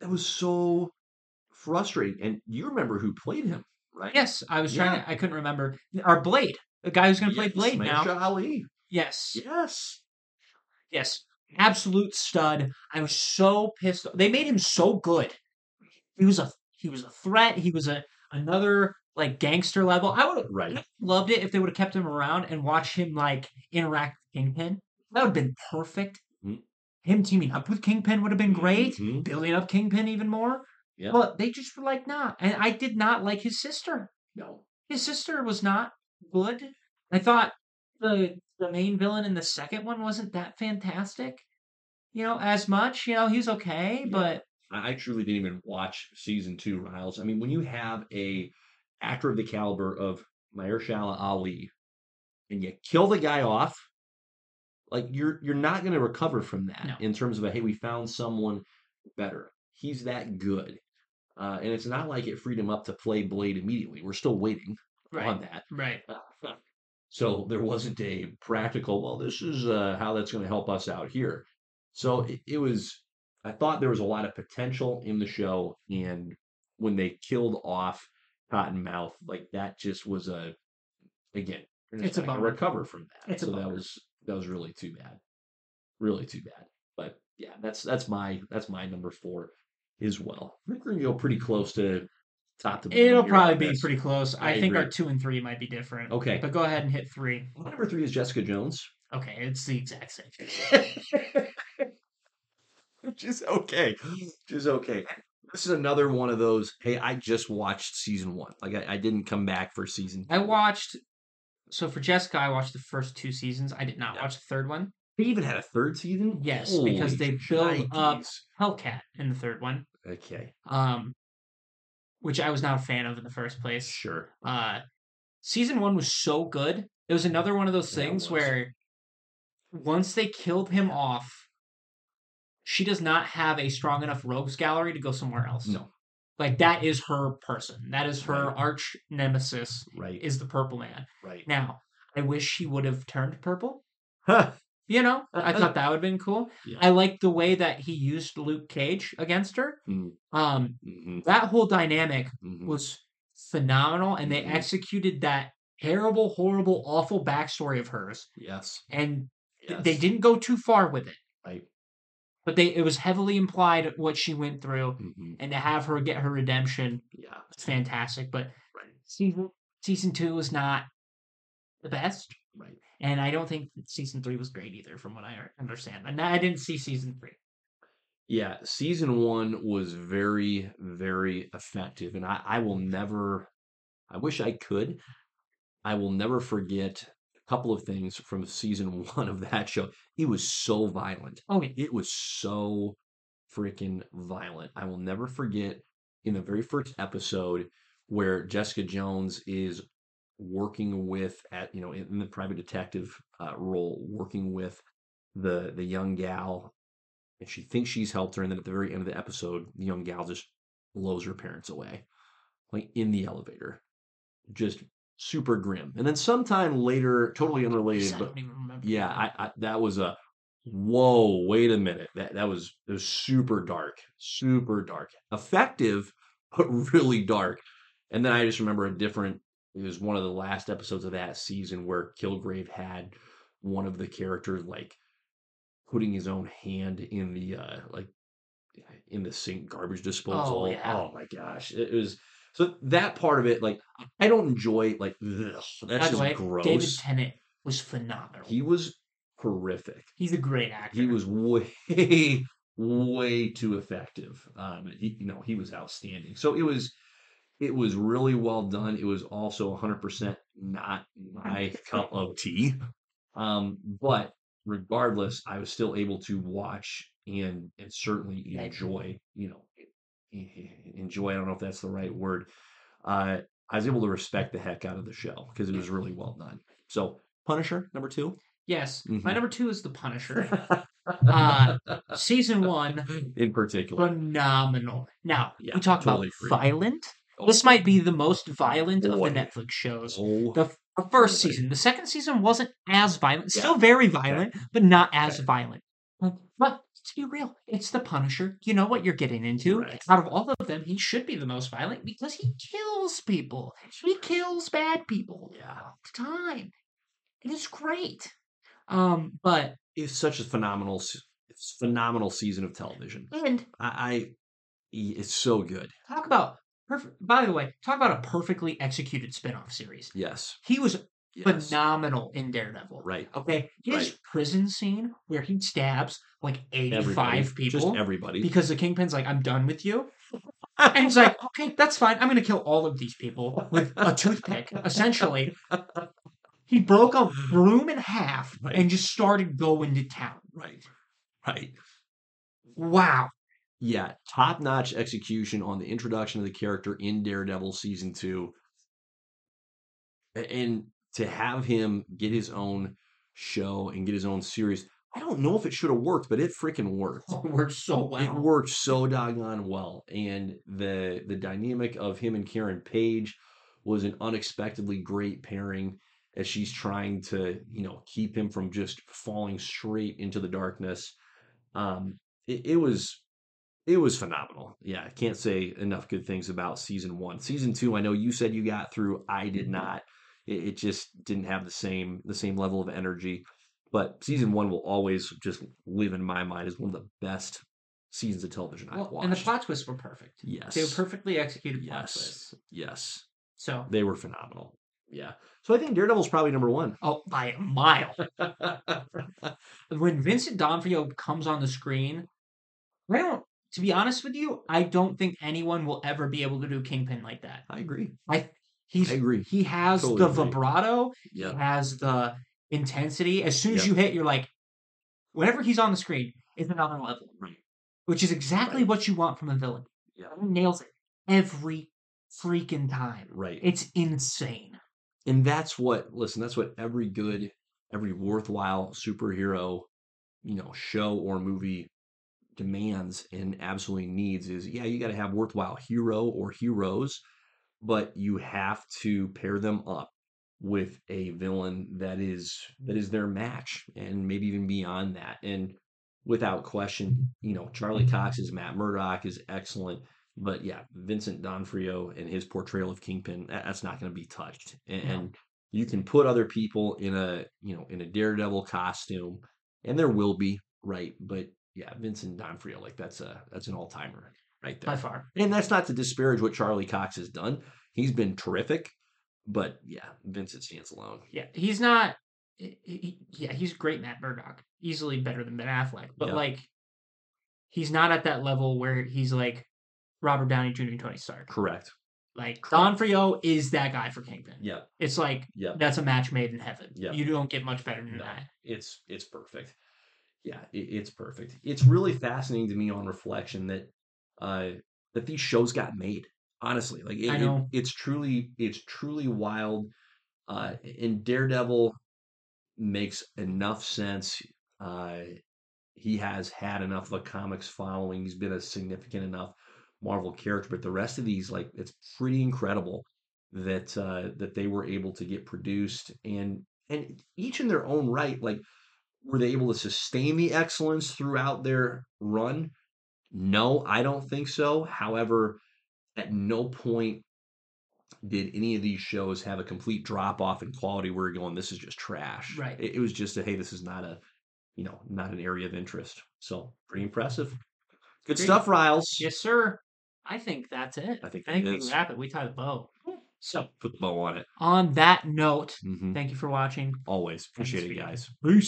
that was so frustrating. And you remember who played him, right?
Yes, I was trying.
Yeah.
To, I couldn't remember our Blade, the guy who's going to play Blade now.
Mahershala Ali.
Yes,
Yes.
yes, absolute stud. I was so pissed. They made him so good. He was a he was a threat. He was a another like gangster level. I would have
Right.
loved it if they would have kept him around and watched him like interact with Kingpin. That would have been perfect.
Mhm.
Him teaming up with Kingpin would have been great.
Mhm.
Building up Kingpin even more.
Yeah.
But they just were like, nah. And I did not like his sister.
No.
His sister was not good. I thought the the main villain in the second one wasn't that fantastic. You know, as much. You know, he's okay,
Yeah.
but
I I truly didn't even watch season two, Riles. I mean, when you have a actor of the caliber of Mahershala Ali, and you kill the guy off, like you're you're not going to recover from that
No.
in terms of a hey, we found someone better. He's that good, uh, and it's not like it freed him up to play Blade immediately. We're still waiting on that.
right.
So there wasn't a practical, well, this is uh, how that's going to help us out here. So it, it was, I thought there was a lot of potential in the show. And when they killed off Cottonmouth, like that just was a, again, you're just
It's a
not gonna
bummer.
recover from that.
It's a
so that
bummer.
was, that was really too bad. Really too bad. But yeah, that's, that's my, that's my number four as well. I think we're going to go pretty close to top to bottom
It'll
here on
probably be
this.
pretty close. I,
I
think our
agree.
two and three might be different.
Okay.
But go ahead and hit three.
My number three is Jessica Jones.
Okay, it's the exact same. thing.
which is okay.
Mm.
Which is okay. This is another one of those. Hey, I just watched season one. Like I, I didn't come back for season.
I
two.
watched. So for Jessica, I watched the first two seasons. I did not
Yeah.
watch the third one.
They even had a third season.
Yes, because they build up-
yikes.
Hellcat in the third one,
Okay,
um, which I was not a fan of in the first place.
sure.
Uh, season one was so good. It was another one of those
Yeah, it
things
was.
where once they killed him off, she does not have a strong enough rogues gallery to go somewhere else.
No,
Like that is her person. That is her
Right.
arch nemesis
right,
is the purple man.
right.
Now, I wish she would have turned purple. You know, I thought that would have been cool.
Yeah.
I liked the way that he used Luke Cage against her.
Mm.
Um,
Mhm,
that whole dynamic
mhm.
was phenomenal, and they
Mhm.
executed that terrible, horrible, awful backstory of hers,
yes,
and th-
yes.
they didn't go too far with it.
Right.
But they it was heavily implied what she went through,
Mhm,
and to have her get her redemption,
Yeah,
it's fantastic. But
right,
season season two was not the best.
right.
And I don't think that season three was great either, from what I understand. And I didn't see season three.
Yeah, season one was very, very effective. And I, I will never, I wish I could. I will never forget a couple of things from season one of that show. It was so violent.
Oh, yeah.
It was so freaking violent. I will never forget in the very first episode where Jessica Jones is working with at you know in, in the private detective uh, role, working with the the young gal, and she thinks she's helped her, and then at the very end of the episode, the young gal just blows her parents away, like in the elevator, just super grim. And then sometime later, totally
Jeez,
unrelated,
I
but
don't even remember.
yeah I, I that was a whoa wait a minute that that was it was super dark super dark effective but really dark and then i just remember a different it was one of the last episodes of that season where kilgrave had one of the characters like putting his own hand in the uh like in the sink garbage disposal oh,
yeah.
my gosh it was so that part of it like i don't enjoy like ugh, that's
By the
just
way,
gross
David Tennant was phenomenal.
he was horrific
He's a great actor.
he was way way too effective um he, you know he was outstanding so it was it was really well done it was also 100% not my cup of tea um but regardless i was still able to watch and and certainly
Right.
enjoy you know e- e- enjoy i don't know if that's the right word uh i was able to respect the heck out of the show because it was really well done so punisher number two
Yes. My
Mhm.
number two is The Punisher. uh, season one,
in particular
phenomenal. Now,
Yeah,
we talk
totally agree.
about violent.
Oh,
This might be the most violent of
Boy.
the Netflix shows.
oh,
The, f- the first
Boy.
season. The second season wasn't as violent.
Yeah.
Still very violent, but not as
Okay.
violent. But let's be real. It's the Punisher. You know what you're getting into.
Right.
Out of all of them, he should be the most violent because he kills people. He kills bad people
Yeah.
all the time. And it's great. Um, but
It's such a phenomenal, s- it's phenomenal season of television.
and
I, I e- it's so good.
talk about perfect by the way, talk about a perfectly executed spin-off series.
Yes.
He was
yes.
phenomenal in Daredevil.
Right.
Okay. His
Right.
prison scene where he stabs like 85
Everybody.
people.
Just everybody.
because the kingpin's like, I'm done with you. And he's like, okay, that's fine. I'm going to kill all of these people with a toothpick, essentially. He broke a broom in half
Right.
and just started going to town.
Right. Right.
Wow.
Yeah, top notch execution on the introduction of the character in Daredevil season two. A- And to have him get his own show and get his own series, I don't know if it should have worked, but it freaking worked.
It worked so
It
well.
worked so doggone well. And the the dynamic of him and Karen Page was an unexpectedly great pairing as she's trying to, you know, keep him from just falling straight into the darkness. Um it, it was it was phenomenal. Yeah, I can't say enough good things about season one. Season two, I know you said you got through. I
Mm-hmm.
did not. It, it just didn't have the same the same level of energy. But season one will always just live in my mind as one of the best seasons of television I've
Well,
watched.
and the plot twists were perfect.
yes,
They were perfectly executed plot
Yes.
twists.
yes,
So,
they were phenomenal. Yeah. So I think Daredevil's probably number one.
oh, by a mile. when Vincent D'Onofrio comes on the screen, I don't, to be honest with you, I don't think anyone will ever be able to do Kingpin like that.
I agree.
I he's
I agree.
he has
Totally
the
agree.
vibrato,
Yeah.
he has the intensity. As soon as
Yep.
you hit, you're like, whenever he's on the screen, it's another level,
Right.
which is exactly
Right.
what you want from a villain.
Yep.
He nails it every freaking time.
Right.
It's insane.
and that's what listen that's what every good every worthwhile superhero you know show or movie demands and absolutely needs is yeah you got to have worthwhile hero or heroes but you have to pair them up with a villain that is that is their match and maybe even beyond that and without question you know charlie cox's matt murdock is excellent but yeah, Vincent D'Onofrio and his portrayal of Kingpin, that- that's not going to be touched. And,
No.
and you can put other people in a you know in a Daredevil costume, and there will be right. But yeah, Vincent D'Onofrio, like that's a that's an all timer right
By
there.
far.
And that's not to disparage what Charlie Cox has done. He's been terrific, but yeah, Vincent stands alone.
Yeah. He's not he- he- yeah, he's great Matt Murdock. Easily better than Ben Affleck. But
Yeah.
like he's not at that level where he's like Robert Downey Jr. and Tony Stark.
Correct.
Like Don
Correct.
Frio is that guy for Kingpin.
Yep.
It's like
Yep.
that's a match made in heaven.
Yeah.
You don't get much better than
No,
that.
it's it's perfect. Yeah, it, it's perfect. It's really fascinating to me on reflection that uh that these shows got made. Honestly, like it,
I
it-
know.
it's truly it's truly wild. Uh, and Daredevil makes enough sense. Uh, he has had enough of a comics following. He's been a significant enough Marvel character, but the rest of these, like, it's pretty incredible that uh, that they were able to get produced and and each in their own right. Like, were they able to sustain the excellence throughout their run? No, I don't think so. However, at no point did any of these shows have a complete drop off in quality where you're going, this is just trash.
Right.
It, it was just a hey, this is not a you know, not an area of interest. So pretty impressive. Good
Great.
stuff, Riles.
Yes, sir. I think that's it.
I think
I think
it
we
is.
wrap it. We tie the bow. So
Put the bow on it.
on that note,
Mhm.
thank you for watching.
Always appreciate it,
Speaking.
guys.
Peace.